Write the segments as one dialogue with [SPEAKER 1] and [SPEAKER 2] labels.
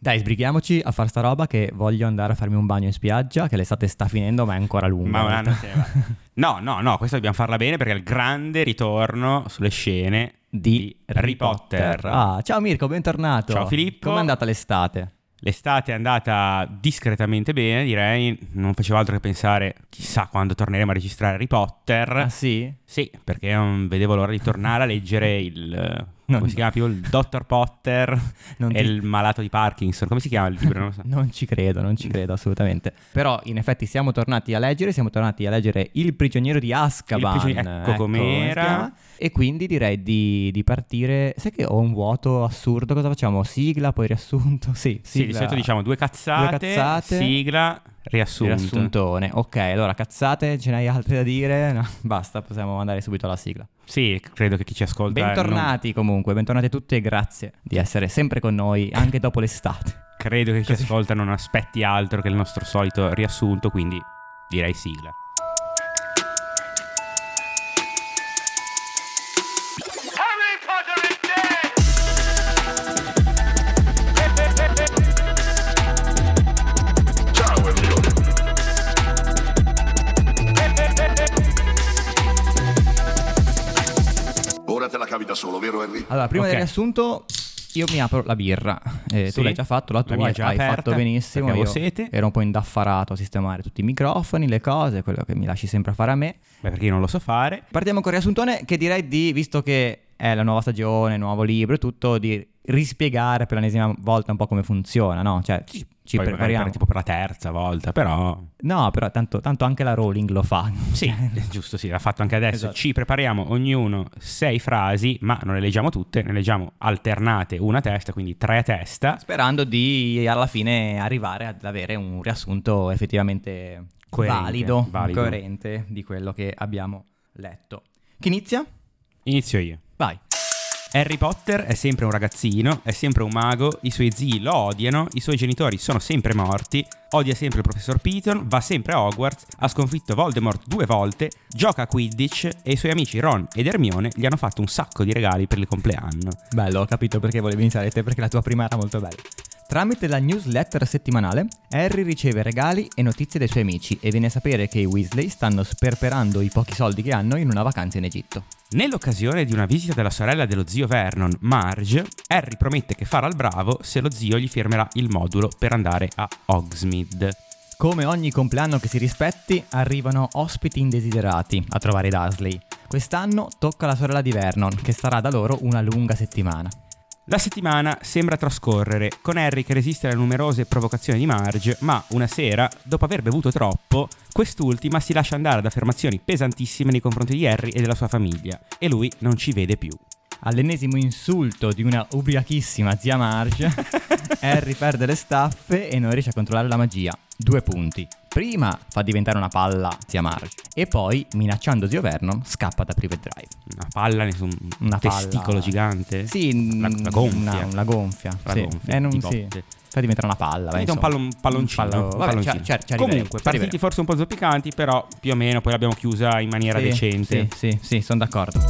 [SPEAKER 1] Dai, sbrighiamoci a far sta roba che voglio andare a farmi un bagno in spiaggia, che l'estate sta finendo ma è ancora lunga.
[SPEAKER 2] Ma un
[SPEAKER 1] in
[SPEAKER 2] anno
[SPEAKER 1] realtà.
[SPEAKER 2] se ne va. No, no, no, questo dobbiamo farla bene perché è il grande ritorno sulle scene
[SPEAKER 1] di
[SPEAKER 2] Harry Potter.
[SPEAKER 1] Ah, ciao Mirko, bentornato.
[SPEAKER 2] Ciao Filippo.
[SPEAKER 1] Com'è andata l'estate?
[SPEAKER 2] L'estate è andata discretamente bene, direi. Non facevo altro che pensare, chissà quando torneremo a registrare Harry Potter.
[SPEAKER 1] Ah sì?
[SPEAKER 2] Sì, perché non vedevo l'ora di tornare a leggere il...
[SPEAKER 1] Non-
[SPEAKER 2] come si chiama più? Il Dottor Potter
[SPEAKER 1] Non
[SPEAKER 2] e
[SPEAKER 1] ti-
[SPEAKER 2] il malato di Parkinson. Come si chiama il libro? Non lo so.
[SPEAKER 1] Non ci credo, non ci credo assolutamente. Però in effetti siamo tornati a leggere, siamo tornati a leggere Il prigioniero di Azkaban.
[SPEAKER 2] Il prigioniero- ecco
[SPEAKER 1] come
[SPEAKER 2] com'era.
[SPEAKER 1] si chiama. E quindi direi di, di partire. Sai che ho un vuoto assurdo, cosa facciamo? Sigla, poi riassunto? Sì,
[SPEAKER 2] Sì, di
[SPEAKER 1] sigla.
[SPEAKER 2] solito diciamo due cazzate,
[SPEAKER 1] Due cazzate.
[SPEAKER 2] sigla, riassunto.
[SPEAKER 1] Riassuntone. Ok, allora cazzate, ce n'hai altre da dire? No, basta, possiamo andare subito alla sigla.
[SPEAKER 2] Sì, credo che chi ci ascolta... non-
[SPEAKER 1] Bentornati comunque, bentornati tutti e grazie di essere sempre con noi anche dopo l'estate.
[SPEAKER 2] Credo che chi
[SPEAKER 1] Così.
[SPEAKER 2] ascolta non aspetti altro che il nostro solito riassunto, quindi direi sigla.
[SPEAKER 3] Harry Potter is dead!
[SPEAKER 4] Ora te la cavi da solo, vero Henry?
[SPEAKER 1] Allora, prima
[SPEAKER 2] Ok.
[SPEAKER 1] del riassunto, io mi apro la birra. Eh,
[SPEAKER 2] Sì.
[SPEAKER 1] Tu l'hai già fatto, la
[SPEAKER 2] La
[SPEAKER 1] tua
[SPEAKER 2] mia è già
[SPEAKER 1] hai
[SPEAKER 2] aperta,
[SPEAKER 1] fatto benissimo.
[SPEAKER 2] perché
[SPEAKER 1] Io
[SPEAKER 2] avevo sete.
[SPEAKER 1] ero un po' indaffarato a sistemare tutti i microfoni, le cose, quello che mi lasci sempre fare a me.
[SPEAKER 2] Beh, perché io non lo so fare.
[SPEAKER 1] Partiamo con il riassuntone che direi di, visto che è la nuova stagione, nuovo libro e tutto, di rispiegare per l'ennesima volta un po' come funziona, no? Cioè, ci, ci
[SPEAKER 2] Poi magari
[SPEAKER 1] prepariamo.
[SPEAKER 2] per- tipo per la terza volta, però...
[SPEAKER 1] No, però tanto, tanto anche la Rowling lo fa.
[SPEAKER 2] Sì, giusto, sì, l'ha fatto anche adesso.
[SPEAKER 1] Esatto.
[SPEAKER 2] Ci prepariamo ognuno sei frasi, ma non le leggiamo tutte, ne leggiamo alternate una a testa, quindi tre a testa,
[SPEAKER 1] Sperando di alla fine arrivare ad avere un riassunto effettivamente
[SPEAKER 2] Coerente,
[SPEAKER 1] valido,
[SPEAKER 2] valido.
[SPEAKER 1] coerente di quello che abbiamo letto. Chi inizia?
[SPEAKER 2] Inizio io.
[SPEAKER 1] Vai.
[SPEAKER 2] Harry Potter è sempre un ragazzino, è sempre un mago, i suoi zii lo odiano, i suoi genitori sono sempre morti, odia sempre il professor Piton, va sempre a Hogwarts, ha sconfitto Voldemort due volte, gioca a Quidditch e i suoi amici Ron ed Hermione gli hanno fatto un sacco di regali per il compleanno.
[SPEAKER 1] Bello, ho capito perché volevi iniziare te, perché la tua prima era molto bella. Tramite la newsletter settimanale, Harry riceve regali e notizie dai suoi amici e viene a sapere che i Weasley stanno sperperando i pochi soldi che hanno in una vacanza in Egitto.
[SPEAKER 2] Nell'occasione di una visita della sorella dello zio Vernon, Marge, Harry promette che farà il bravo se lo zio gli firmerà il modulo per andare a Hogsmeade.
[SPEAKER 1] Come ogni compleanno che si rispetti, arrivano ospiti indesiderati a trovare Dursley. Quest'anno tocca la sorella di Vernon, che sarà da loro una lunga settimana.
[SPEAKER 2] La settimana sembra trascorrere, con Harry che resiste alle numerose provocazioni di Marge, ma una sera, dopo aver bevuto troppo, quest'ultima si lascia andare ad affermazioni pesantissime nei confronti di Harry e della sua famiglia, e lui non ci vede più.
[SPEAKER 1] All'ennesimo insulto di una ubriachissima zia Marge, Harry perde le staffe e non riesce a controllare la magia. Due punti. Prima fa diventare una palla zia Marge e poi, minacciando zio Vernon, scappa da Private Drive.
[SPEAKER 2] Una palla, nessun
[SPEAKER 1] Una palla-
[SPEAKER 2] testicolo gigante?
[SPEAKER 1] Sì,
[SPEAKER 2] Una, una
[SPEAKER 1] mm,
[SPEAKER 2] gonfia.
[SPEAKER 1] Una, una gonfia.
[SPEAKER 2] Una
[SPEAKER 1] sì.
[SPEAKER 2] gonfia
[SPEAKER 1] Eh, non-
[SPEAKER 2] di
[SPEAKER 1] sì.
[SPEAKER 2] botte.
[SPEAKER 1] Fa diventare una palla. beh,
[SPEAKER 2] Quindi un,
[SPEAKER 1] insomma.
[SPEAKER 2] pallon- palloncino.
[SPEAKER 1] Un pallo-
[SPEAKER 2] un
[SPEAKER 1] vabbè, ci-
[SPEAKER 2] palloncino.
[SPEAKER 1] ci- ci arriveremo,
[SPEAKER 2] Comunque,
[SPEAKER 1] ci
[SPEAKER 2] partiti
[SPEAKER 1] arriveremo.
[SPEAKER 2] forse un po' zoppicanti, però più o meno poi l'abbiamo chiusa in maniera
[SPEAKER 1] Sì,
[SPEAKER 2] decente.
[SPEAKER 1] Sì, sì, sì, sono d'accordo.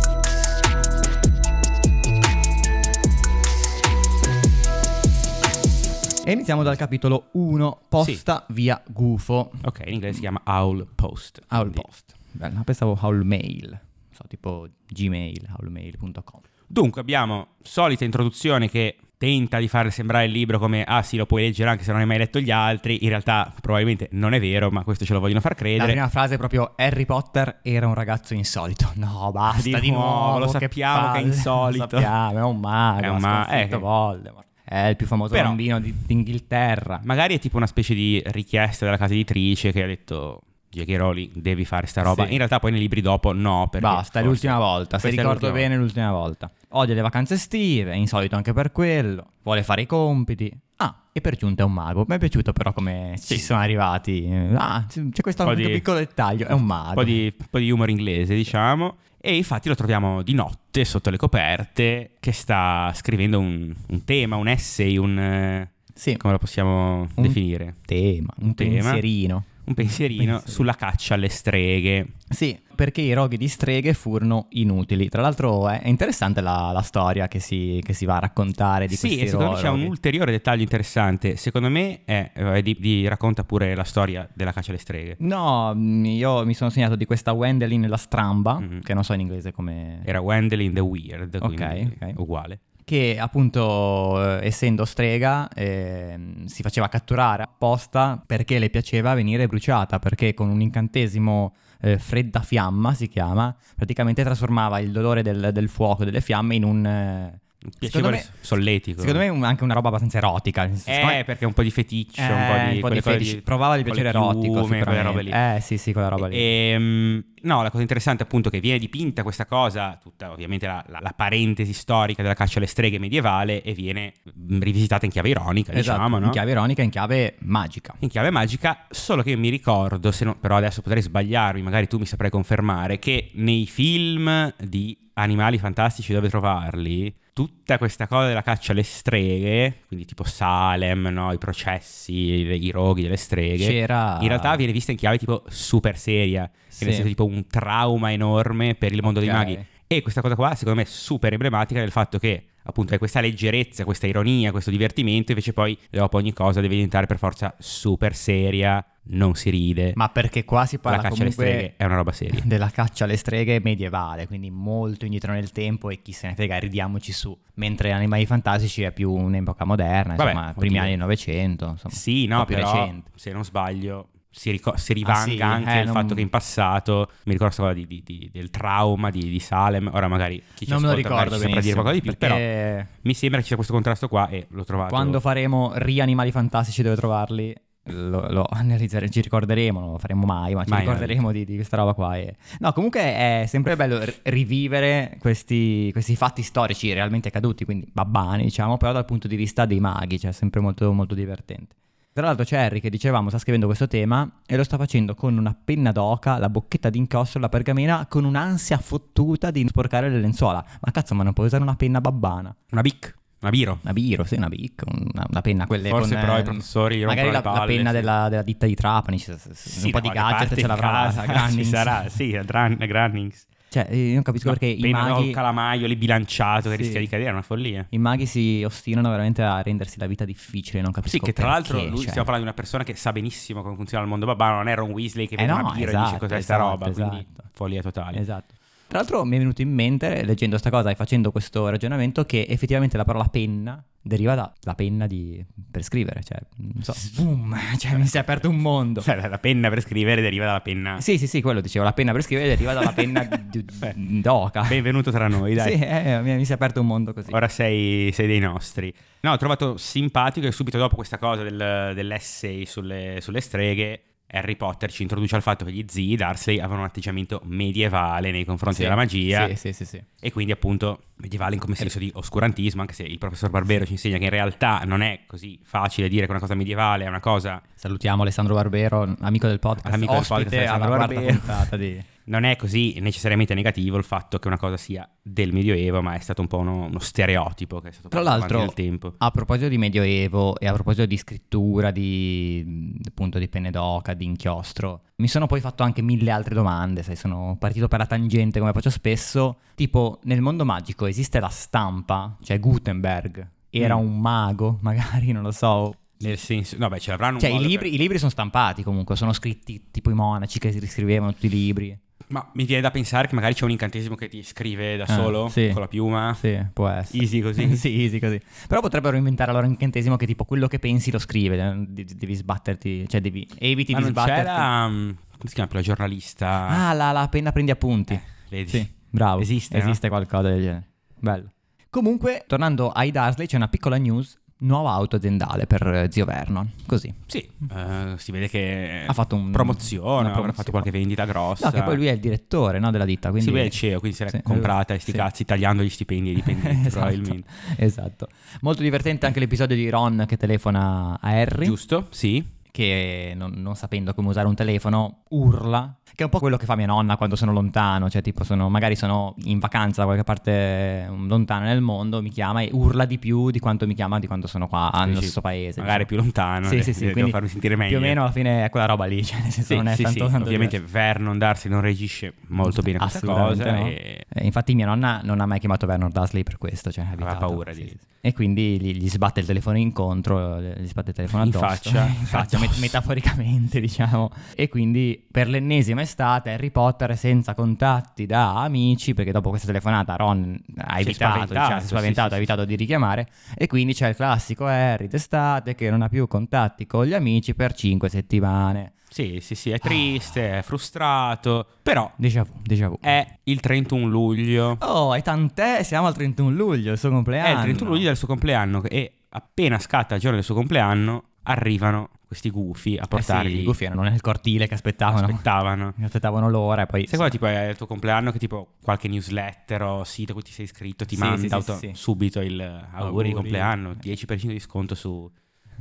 [SPEAKER 1] E iniziamo dal capitolo 1, posta via gufo.
[SPEAKER 2] Ok, in inglese si chiama Owl Post.
[SPEAKER 1] Howl
[SPEAKER 2] Quindi-
[SPEAKER 1] post. Bello, pensavo howl mail, non so, tipo gmail, howlmail.com.
[SPEAKER 2] Dunque, abbiamo solita introduzione che tenta di far sembrare il libro come ah sì, lo puoi leggere anche se non hai mai letto gli altri. In realtà, probabilmente non è vero, ma questo ce lo vogliono far
[SPEAKER 1] La
[SPEAKER 2] credere.
[SPEAKER 1] prima frase è proprio Harry Potter era un ragazzo insolito. No, basta
[SPEAKER 2] Di
[SPEAKER 1] di,
[SPEAKER 2] nuovo, lo
[SPEAKER 1] che
[SPEAKER 2] sappiamo che è
[SPEAKER 1] palle.
[SPEAKER 2] insolito.
[SPEAKER 1] Lo sappiamo, è un mago,
[SPEAKER 2] È
[SPEAKER 1] è
[SPEAKER 2] un ma- eh.
[SPEAKER 1] Voldemort. È il più famoso
[SPEAKER 2] Però-
[SPEAKER 1] bambino di- d'Inghilterra.
[SPEAKER 2] Magari è tipo una specie di richiesta della casa editrice che ha detto. J.K. Rowling, devi fare sta roba.
[SPEAKER 1] Sì.
[SPEAKER 2] In realtà poi nei libri dopo no, perché
[SPEAKER 1] Basta, è
[SPEAKER 2] forse-
[SPEAKER 1] l'ultima volta. Se
[SPEAKER 2] Questa è
[SPEAKER 1] ricordo
[SPEAKER 2] l'ultima
[SPEAKER 1] bene, è l'ultima volta. Odia le vacanze estive, è insolito anche per quello. Vuole fare i compiti. Ah, e per giunta è un mago. Mi è piaciuto però come ci sono arrivati. Eh, Ah, c- c'è questo
[SPEAKER 2] Un po'
[SPEAKER 1] questo
[SPEAKER 2] di-
[SPEAKER 1] piccolo dettaglio. È un
[SPEAKER 2] un
[SPEAKER 1] mago.
[SPEAKER 2] po' di, un po' di humor inglese, diciamo. E infatti lo troviamo di notte sotto le coperte che sta scrivendo un, un tema, un essay, un... eh,
[SPEAKER 1] Sì,
[SPEAKER 2] come lo possiamo
[SPEAKER 1] Un
[SPEAKER 2] definire?
[SPEAKER 1] tema, un,
[SPEAKER 2] tema.
[SPEAKER 1] pensierino.
[SPEAKER 2] Un un pensierino
[SPEAKER 1] Pensierino.
[SPEAKER 2] sulla caccia alle streghe.
[SPEAKER 1] Sì, perché i roghi di streghe furono inutili. Tra l'altro eh, è è interessante la, la storia che si, che si va a raccontare di
[SPEAKER 2] Sì,
[SPEAKER 1] questi
[SPEAKER 2] e secondo me c'è un
[SPEAKER 1] roghi.
[SPEAKER 2] ulteriore dettaglio interessante. Secondo me è, eh, di, di- racconta pure la storia della caccia alle streghe.
[SPEAKER 1] No, mh, io mi sono segnato di questa Wendelin la stramba,
[SPEAKER 2] Mhm.
[SPEAKER 1] che non so in inglese come...
[SPEAKER 2] Era Wendelin the Weird, quindi
[SPEAKER 1] Ok, ok.
[SPEAKER 2] uguale.
[SPEAKER 1] Che appunto, eh, essendo strega, ehm, si faceva catturare apposta perché le piaceva venire bruciata, perché con un incantesimo eh, fredda fiamma, si chiama, praticamente trasformava il dolore del, del fuoco, delle fiamme, in un... eh,
[SPEAKER 2] Piacevole
[SPEAKER 1] me-
[SPEAKER 2] solletico.
[SPEAKER 1] Secondo me è un- anche una roba abbastanza erotica. nel senso, secondo
[SPEAKER 2] Eh,
[SPEAKER 1] me-
[SPEAKER 2] perché un po' di feticcio, un
[SPEAKER 1] Eh,
[SPEAKER 2] po' di... quelle cose
[SPEAKER 1] fetici. Provava di
[SPEAKER 2] con
[SPEAKER 1] piacere
[SPEAKER 2] le
[SPEAKER 1] erotico,
[SPEAKER 2] piume, quelle robe lì.
[SPEAKER 1] sicuramente. Eh sì, sì, quella roba lì.
[SPEAKER 2] Ehm, no, la cosa interessante appunto è che viene dipinta questa cosa, tutta ovviamente la, la- la parentesi storica della caccia alle streghe medievale e viene mm, rivisitata in chiave ironica,
[SPEAKER 1] Esatto,
[SPEAKER 2] diciamo, no?
[SPEAKER 1] in chiave ironica, in chiave magica.
[SPEAKER 2] in chiave magica, solo che io mi ricordo, se no- però adesso potrei sbagliarmi, magari tu mi saprai confermare, che nei film di animali fantastici dove trovarli, tutta questa cosa della caccia alle streghe, quindi tipo Salem, no? i processi, le- i roghi delle streghe,
[SPEAKER 1] C'era...
[SPEAKER 2] in realtà viene vista in chiave tipo super seria, che nel
[SPEAKER 1] Sì.
[SPEAKER 2] senso tipo un trauma enorme per il mondo
[SPEAKER 1] Ok.
[SPEAKER 2] dei maghi. E questa cosa qua secondo me è super emblematica del fatto che appunto è questa leggerezza, questa ironia, questo divertimento, invece poi dopo ogni cosa deve diventare per forza super seria, non si ride.
[SPEAKER 1] Ma perché qua si
[SPEAKER 2] la
[SPEAKER 1] parla
[SPEAKER 2] caccia alle
[SPEAKER 1] comunque
[SPEAKER 2] streghe è una roba seria.
[SPEAKER 1] della caccia alle streghe medievale, quindi molto indietro nel tempo e chi se ne frega, ridiamoci su. Mentre Animali Fantastici è più un'epoca moderna,
[SPEAKER 2] Vabbè,
[SPEAKER 1] insomma,
[SPEAKER 2] oddio.
[SPEAKER 1] primi anni del Novecento, insomma.
[SPEAKER 2] Sì,
[SPEAKER 1] un
[SPEAKER 2] no,
[SPEAKER 1] po' più
[SPEAKER 2] però
[SPEAKER 1] recente.
[SPEAKER 2] se non sbaglio si, ricor- si rivanga
[SPEAKER 1] sì?
[SPEAKER 2] anche
[SPEAKER 1] Eh,
[SPEAKER 2] il
[SPEAKER 1] non-
[SPEAKER 2] fatto che in passato mi ricordo questa cosa di- di- di- del trauma di, di Salem. Ora magari chi ci
[SPEAKER 1] Non me lo
[SPEAKER 2] ascolta magari
[SPEAKER 1] ricordo
[SPEAKER 2] ci saprà dire
[SPEAKER 1] benissimo,
[SPEAKER 2] qualcosa di più, però
[SPEAKER 1] perché
[SPEAKER 2] mi sembra che ci sia questo contrasto qua e l'ho trovato.
[SPEAKER 1] quando faremo Rianimali Fantastici dove trovarli, lo, lo analizzeremo, ci ricorderemo, non lo faremo mai, ma ci
[SPEAKER 2] Mai,
[SPEAKER 1] ricorderemo di, di questa roba qua. e- No, comunque è sempre bello r- rivivere questi, questi fatti storici realmente accaduti, quindi babbani diciamo, però dal punto di vista dei maghi, cioè è sempre molto, molto divertente. Tra l'altro c'è Harry che dicevamo sta scrivendo questo tema e lo sta facendo con una penna d'oca, la bocchetta d'inchiostro, la pergamena, con un'ansia fottuta di sporcare le lenzuola. Ma cazzo, ma non puoi usare una penna babbana?
[SPEAKER 2] Una bic, una biro.
[SPEAKER 1] Una biro, sì, una bic, una, una penna quelle
[SPEAKER 2] Forse
[SPEAKER 1] con,
[SPEAKER 2] però
[SPEAKER 1] eh,
[SPEAKER 2] i professori gli
[SPEAKER 1] Magari
[SPEAKER 2] rompono
[SPEAKER 1] la,
[SPEAKER 2] le
[SPEAKER 1] la
[SPEAKER 2] palle,
[SPEAKER 1] penna
[SPEAKER 2] sì.
[SPEAKER 1] della, della ditta di Trapani, c'è- c'è- c'è un po' di gadget ce l'avrà
[SPEAKER 2] casa, ci
[SPEAKER 1] Grannings.
[SPEAKER 2] sarà, sì, la dran- la Grannings.
[SPEAKER 1] Cioè, io non capisco perché i
[SPEAKER 2] Appena no, il
[SPEAKER 1] maghi,
[SPEAKER 2] calamaio lì bilanciato che
[SPEAKER 1] Sì.
[SPEAKER 2] rischia di cadere, è una follia.
[SPEAKER 1] i maghi si ostinano veramente a rendersi la vita difficile, non capisco
[SPEAKER 2] Sì, che tra l'altro
[SPEAKER 1] perché,
[SPEAKER 2] lui
[SPEAKER 1] cioè.
[SPEAKER 2] stiamo parlando di una persona che sa benissimo come funziona il mondo babbano, non era un Weasley che
[SPEAKER 1] Eh
[SPEAKER 2] vede
[SPEAKER 1] no,
[SPEAKER 2] una birra e dice
[SPEAKER 1] esatto,
[SPEAKER 2] cos'è sta
[SPEAKER 1] esatto,
[SPEAKER 2] roba, quindi
[SPEAKER 1] esatto.
[SPEAKER 2] follia totale.
[SPEAKER 1] Esatto. Tra l'altro mi è venuto in mente, leggendo sta cosa e facendo questo ragionamento, che effettivamente la parola penna deriva dalla penna di... per scrivere, cioè, non so, boom, cioè mi si è aperto un mondo.
[SPEAKER 2] Cioè, La penna per scrivere deriva dalla penna.
[SPEAKER 1] Sì, sì, sì, quello dicevo, la penna per scrivere deriva dalla penna di- di- d'oca.
[SPEAKER 2] Benvenuto tra noi, dai.
[SPEAKER 1] Sì, eh, mi, mi si è aperto un mondo così.
[SPEAKER 2] Ora sei, sei dei nostri. No, ho trovato simpatico che subito dopo questa cosa del- dell'essay sulle, sulle streghe, Harry Potter ci introduce al fatto che gli zii Darsley avevano un atteggiamento medievale nei confronti
[SPEAKER 1] Sì,
[SPEAKER 2] della magia
[SPEAKER 1] Sì, sì, sì, sì.
[SPEAKER 2] e quindi appunto medievale in come senso di oscurantismo, anche se il professor Barbero ci insegna che in realtà non è così facile dire che una cosa medievale è una cosa
[SPEAKER 1] Salutiamo Alessandro Barbero, amico del podcast,
[SPEAKER 2] Amico del
[SPEAKER 1] ospite
[SPEAKER 2] podcast,
[SPEAKER 1] alla
[SPEAKER 2] Alessandro
[SPEAKER 1] quarta
[SPEAKER 2] Barbero.
[SPEAKER 1] puntata di...
[SPEAKER 2] non è così necessariamente negativo il fatto che una cosa sia del Medioevo, ma è stato un po' uno, uno stereotipo che è stato
[SPEAKER 1] Tra
[SPEAKER 2] portato avanti
[SPEAKER 1] l'altro,
[SPEAKER 2] nel tempo.
[SPEAKER 1] a proposito di Medioevo e a proposito di scrittura, di mh, appunto di penne d'oca, di inchiostro, mi sono poi fatto anche mille altre domande, sai, sono partito per la tangente come faccio spesso, tipo nel mondo magico esiste la stampa, cioè Gutenberg, era
[SPEAKER 2] Mm.
[SPEAKER 1] un mago, magari, non lo so,
[SPEAKER 2] Nel senso, no, beh, ce l'avranno un
[SPEAKER 1] Cioè, i
[SPEAKER 2] modo per-
[SPEAKER 1] libri, i libri sono stampati comunque, sono scritti tipo i monaci che si riscrivevano tutti i libri.
[SPEAKER 2] Ma mi viene da pensare che magari c'è un incantesimo che ti scrive da
[SPEAKER 1] Ah,
[SPEAKER 2] solo
[SPEAKER 1] sì.
[SPEAKER 2] con la piuma.
[SPEAKER 1] Sì, può essere.
[SPEAKER 2] Easy così.
[SPEAKER 1] sì, easy così. Però potrebbero inventare allora un incantesimo che tipo quello che pensi lo scrive, eh, de- devi sbatterti, cioè devi, eviti
[SPEAKER 2] Ma
[SPEAKER 1] di
[SPEAKER 2] non
[SPEAKER 1] sbatterti.
[SPEAKER 2] c'era. um, come si chiama? La giornalista.
[SPEAKER 1] Ah, la, la penna prendi appunti.
[SPEAKER 2] vedi?
[SPEAKER 1] Sì, bravo.
[SPEAKER 2] Eh, Esiste, no?
[SPEAKER 1] Esiste qualcosa del genere. Bello. Comunque, tornando ai Darsley, c'è una piccola news. Nuova auto aziendale per eh, zio Vernon. Così.
[SPEAKER 2] Sì, eh, si vede che
[SPEAKER 1] Ha fatto un- una
[SPEAKER 2] promozione,
[SPEAKER 1] promozione.
[SPEAKER 2] ha fatto qualche vendita grossa.
[SPEAKER 1] No, che poi lui è il direttore no, della ditta. Quindi...
[SPEAKER 2] Si vede il CEO, quindi se l'è
[SPEAKER 1] Sì,
[SPEAKER 2] comprata e sti
[SPEAKER 1] sì.
[SPEAKER 2] cazzi tagliando gli stipendi ai dipendenti,
[SPEAKER 1] Esatto.
[SPEAKER 2] probabilmente.
[SPEAKER 1] Esatto. Molto divertente anche l'episodio di Ron che telefona a Harry.
[SPEAKER 2] Giusto? Sì.
[SPEAKER 1] che non, non sapendo come usare un telefono urla, che è un po' quello che fa mia nonna quando sono lontano, cioè tipo sono, magari sono in vacanza da qualche parte eh, lontana nel mondo, mi chiama e urla di più di quanto mi chiama di quando sono qua ah, nello
[SPEAKER 2] Dici,
[SPEAKER 1] stesso paese.
[SPEAKER 2] Magari più
[SPEAKER 1] diciamo.
[SPEAKER 2] lontano.
[SPEAKER 1] Sì,
[SPEAKER 2] de-
[SPEAKER 1] sì, sì,
[SPEAKER 2] de- devo
[SPEAKER 1] quindi
[SPEAKER 2] farmi sentire
[SPEAKER 1] Più
[SPEAKER 2] meglio.
[SPEAKER 1] o meno alla fine è quella roba lì, cioè nel senso
[SPEAKER 2] Sì,
[SPEAKER 1] non è
[SPEAKER 2] sì,
[SPEAKER 1] tanto,
[SPEAKER 2] sì.
[SPEAKER 1] tanto
[SPEAKER 2] Ovviamente
[SPEAKER 1] diverso.
[SPEAKER 2] Vernon Darcy non reagisce molto bene questa
[SPEAKER 1] Assolutamente
[SPEAKER 2] cosa.
[SPEAKER 1] no.
[SPEAKER 2] E...
[SPEAKER 1] Eh, infatti mia nonna non ha mai chiamato Bernard Dasley per questo, cioè ha
[SPEAKER 2] Aveva
[SPEAKER 1] evitato.
[SPEAKER 2] paura
[SPEAKER 1] Sì,
[SPEAKER 2] di-
[SPEAKER 1] sì. E quindi gli, gli sbatte il telefono incontro, eh, gli sbatte il telefono
[SPEAKER 2] In
[SPEAKER 1] addosso.
[SPEAKER 2] faccia,
[SPEAKER 1] In faccia,
[SPEAKER 2] addosso.
[SPEAKER 1] met- metaforicamente diciamo. E quindi per l'ennesima estate Harry Potter senza contatti da amici, perché dopo questa telefonata Ron ha
[SPEAKER 2] Si è
[SPEAKER 1] evitato,
[SPEAKER 2] spaventato,
[SPEAKER 1] diciamo, si è
[SPEAKER 2] sì,
[SPEAKER 1] spaventato,
[SPEAKER 2] sì,
[SPEAKER 1] ha
[SPEAKER 2] sì,
[SPEAKER 1] evitato di richiamare. E quindi c'è il classico Harry d'estate che non ha più contatti con gli amici per 5 settimane.
[SPEAKER 2] Sì, sì,
[SPEAKER 1] Ah.
[SPEAKER 2] sì, è triste, è frustrato, però
[SPEAKER 1] Déjà vu, déjà vu.
[SPEAKER 2] è il 31 luglio.
[SPEAKER 1] Oh, e tant'è, siamo al 31 luglio, il suo compleanno. Eh
[SPEAKER 2] È Eh, il 31 luglio del suo compleanno e appena scatta il giorno del suo compleanno arrivano questi gufi a
[SPEAKER 1] portare
[SPEAKER 2] portargli.
[SPEAKER 1] i gufi erano nel cortile che aspettavano.
[SPEAKER 2] aspettavano.
[SPEAKER 1] aspettavano l'ora e poi
[SPEAKER 2] Sai quando tipo è il tuo compleanno che tipo qualche newsletter o sito a cui ti sei iscritto ti
[SPEAKER 1] Sì,
[SPEAKER 2] manda
[SPEAKER 1] sì, sì,
[SPEAKER 2] auto-
[SPEAKER 1] sì, sì.
[SPEAKER 2] subito il eh, auguri
[SPEAKER 1] Auguri.
[SPEAKER 2] di compleanno, 10% di sconto su...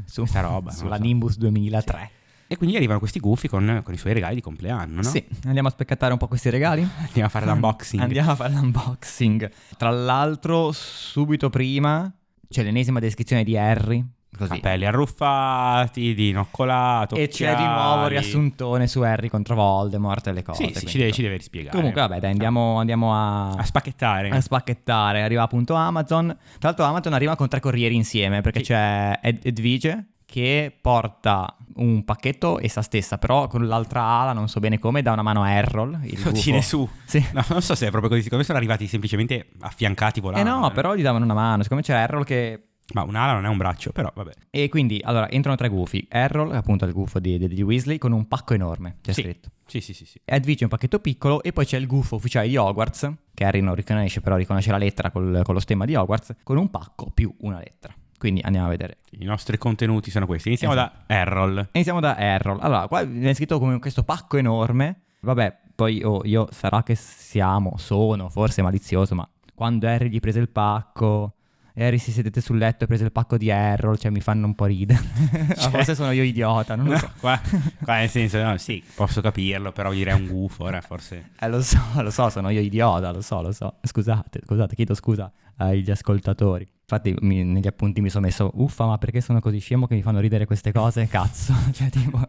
[SPEAKER 1] su
[SPEAKER 2] questa roba, non
[SPEAKER 1] sulla
[SPEAKER 2] lo so.
[SPEAKER 1] Nimbus 2003.
[SPEAKER 2] E quindi arrivano questi gufi con, con i suoi regali di compleanno, no?
[SPEAKER 1] Sì, andiamo a speccattare un po' questi regali?
[SPEAKER 2] Andiamo a fare l'unboxing.
[SPEAKER 1] Andiamo a fare l'unboxing. Tra l'altro, subito prima c'è l'ennesima descrizione di Harry. Così.
[SPEAKER 2] Capelli arruffati, di noccolato,
[SPEAKER 1] E c'è di nuovo riassuntone su Harry contro Voldemort e le cose.
[SPEAKER 2] Sì, sì, ci
[SPEAKER 1] quindi-
[SPEAKER 2] deve, ci deve rispiegare.
[SPEAKER 1] Comunque, vabbè, dai, andiamo, andiamo a...
[SPEAKER 2] a spacchettare.
[SPEAKER 1] a spacchettare. Arriva appunto Amazon. Tra l'altro Amazon arriva con tre corrieri insieme perché
[SPEAKER 2] Sì.
[SPEAKER 1] c'è Ed- Edvige che porta un pacchetto essa stessa, però con l'altra ala, non so bene come, dà una mano a Errol. Il
[SPEAKER 2] Lo
[SPEAKER 1] gufo.
[SPEAKER 2] tiene su. Eh
[SPEAKER 1] Sì.
[SPEAKER 2] No, non so se è proprio così, siccome sono arrivati semplicemente affiancati
[SPEAKER 1] Eh
[SPEAKER 2] volando.
[SPEAKER 1] no, però gli davano una mano. Siccome c'è Errol che...
[SPEAKER 2] Ma un'ala non è un braccio, però vabbè.
[SPEAKER 1] E quindi, allora, entrano tre gufi. Errol, appunto il gufo di, di- di Weasley, con un pacco enorme, c'è
[SPEAKER 2] Sì.
[SPEAKER 1] scritto.
[SPEAKER 2] Sì, sì, sì, sì.
[SPEAKER 1] Edwige è un pacchetto piccolo e poi c'è il gufo ufficiale di Hogwarts, che Harry non riconosce, però riconosce la lettera col- con lo stemma di Hogwarts, con un pacco più una lettera. Quindi andiamo a vedere.
[SPEAKER 2] I nostri contenuti sono questi. Iniziamo
[SPEAKER 1] Esatto.
[SPEAKER 2] da Errol.
[SPEAKER 1] Iniziamo da Errol. Allora, qua viene scritto come questo pacco enorme. Vabbè, poi oh, io sarà che siamo, sono forse malizioso, ma quando Harry gli prese il pacco, Harry si sedette sul letto e prese il pacco di Errol, cioè mi fanno un po' ridere.
[SPEAKER 2] Cioè-
[SPEAKER 1] Forse sono io idiota, non lo so.
[SPEAKER 2] No, qua, qua nel senso, no, sì, posso capirlo, però dire è un gufo, ora forse...
[SPEAKER 1] Eh, lo so, lo so, sono io idiota, lo so, lo so. Scusate, scusate, chiedo scusa agli ascoltatori. Infatti mi- negli appunti mi sono messo, uffa, ma perché sono così scemo che mi fanno ridere queste cose? Cazzo, cioè tipo...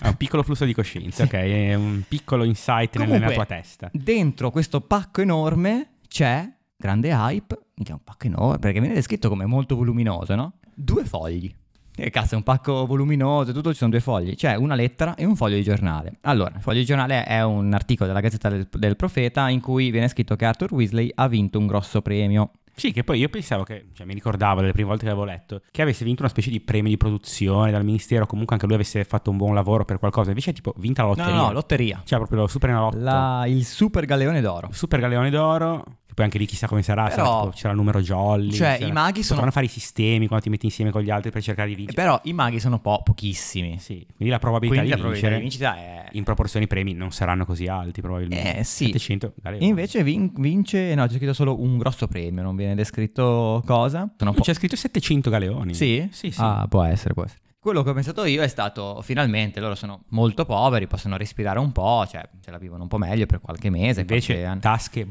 [SPEAKER 2] È un piccolo flusso di coscienza, ok? È un piccolo insight nel- nella
[SPEAKER 1] Comunque,
[SPEAKER 2] tua testa.
[SPEAKER 1] Dentro questo pacco enorme c'è, grande hype, mica un pacco enorme, perché viene descritto come molto voluminoso, no? Due fogli. Che cazzo, è un pacco voluminoso, e tutto ci sono due fogli. C'è una lettera e un foglio di giornale. Allora, il foglio di giornale è un articolo della Gazzetta del, del Profeta in cui viene scritto che Arthur Weasley ha vinto un grosso premio.
[SPEAKER 2] Sì, che poi io pensavo che, cioè mi ricordavo delle prime volte che avevo letto, che avesse vinto una specie di premio di produzione dal ministero, comunque anche lui avesse fatto un buon lavoro per qualcosa, invece è tipo vinta la
[SPEAKER 1] No,
[SPEAKER 2] lotteria.
[SPEAKER 1] no, no, lotteria.
[SPEAKER 2] Cioè proprio lo Super Enalotto.
[SPEAKER 1] La- il super galleone d'oro.
[SPEAKER 2] Super Galeone d'Oro, che poi anche lì chissà come sarà, sarà
[SPEAKER 1] Però-
[SPEAKER 2] tipo- c'era il numero Jolly.
[SPEAKER 1] Cioè,
[SPEAKER 2] sarà-
[SPEAKER 1] i maghi sono-
[SPEAKER 2] Potranno fare i sistemi quando ti metti insieme con gli altri per cercare di vincere.
[SPEAKER 1] Però i maghi sono po- pochissimi.
[SPEAKER 2] Sì, quindi la probabilità,
[SPEAKER 1] Eh, Quindi cioè, la
[SPEAKER 2] di,
[SPEAKER 1] probabilità di
[SPEAKER 2] vincere,
[SPEAKER 1] vincita è...
[SPEAKER 2] in proporzione i premi non saranno così alti probabilmente.
[SPEAKER 1] Eh, sì.
[SPEAKER 2] 700 Galeone.
[SPEAKER 1] Invece vin- vince, no, c'è scritto solo un grosso premio, non viene descritto cosa. Sono un po'-
[SPEAKER 2] C'è scritto 700 Galeoni.
[SPEAKER 1] Sì?
[SPEAKER 2] Sì, sì.
[SPEAKER 1] Ah, può essere, può essere. Quello che ho pensato io è stato, finalmente, loro sono molto poveri, possono respirare un po', cioè ce la vivono un po' meglio per qualche mese, qualche
[SPEAKER 2] Invece
[SPEAKER 1] anno.
[SPEAKER 2] tasche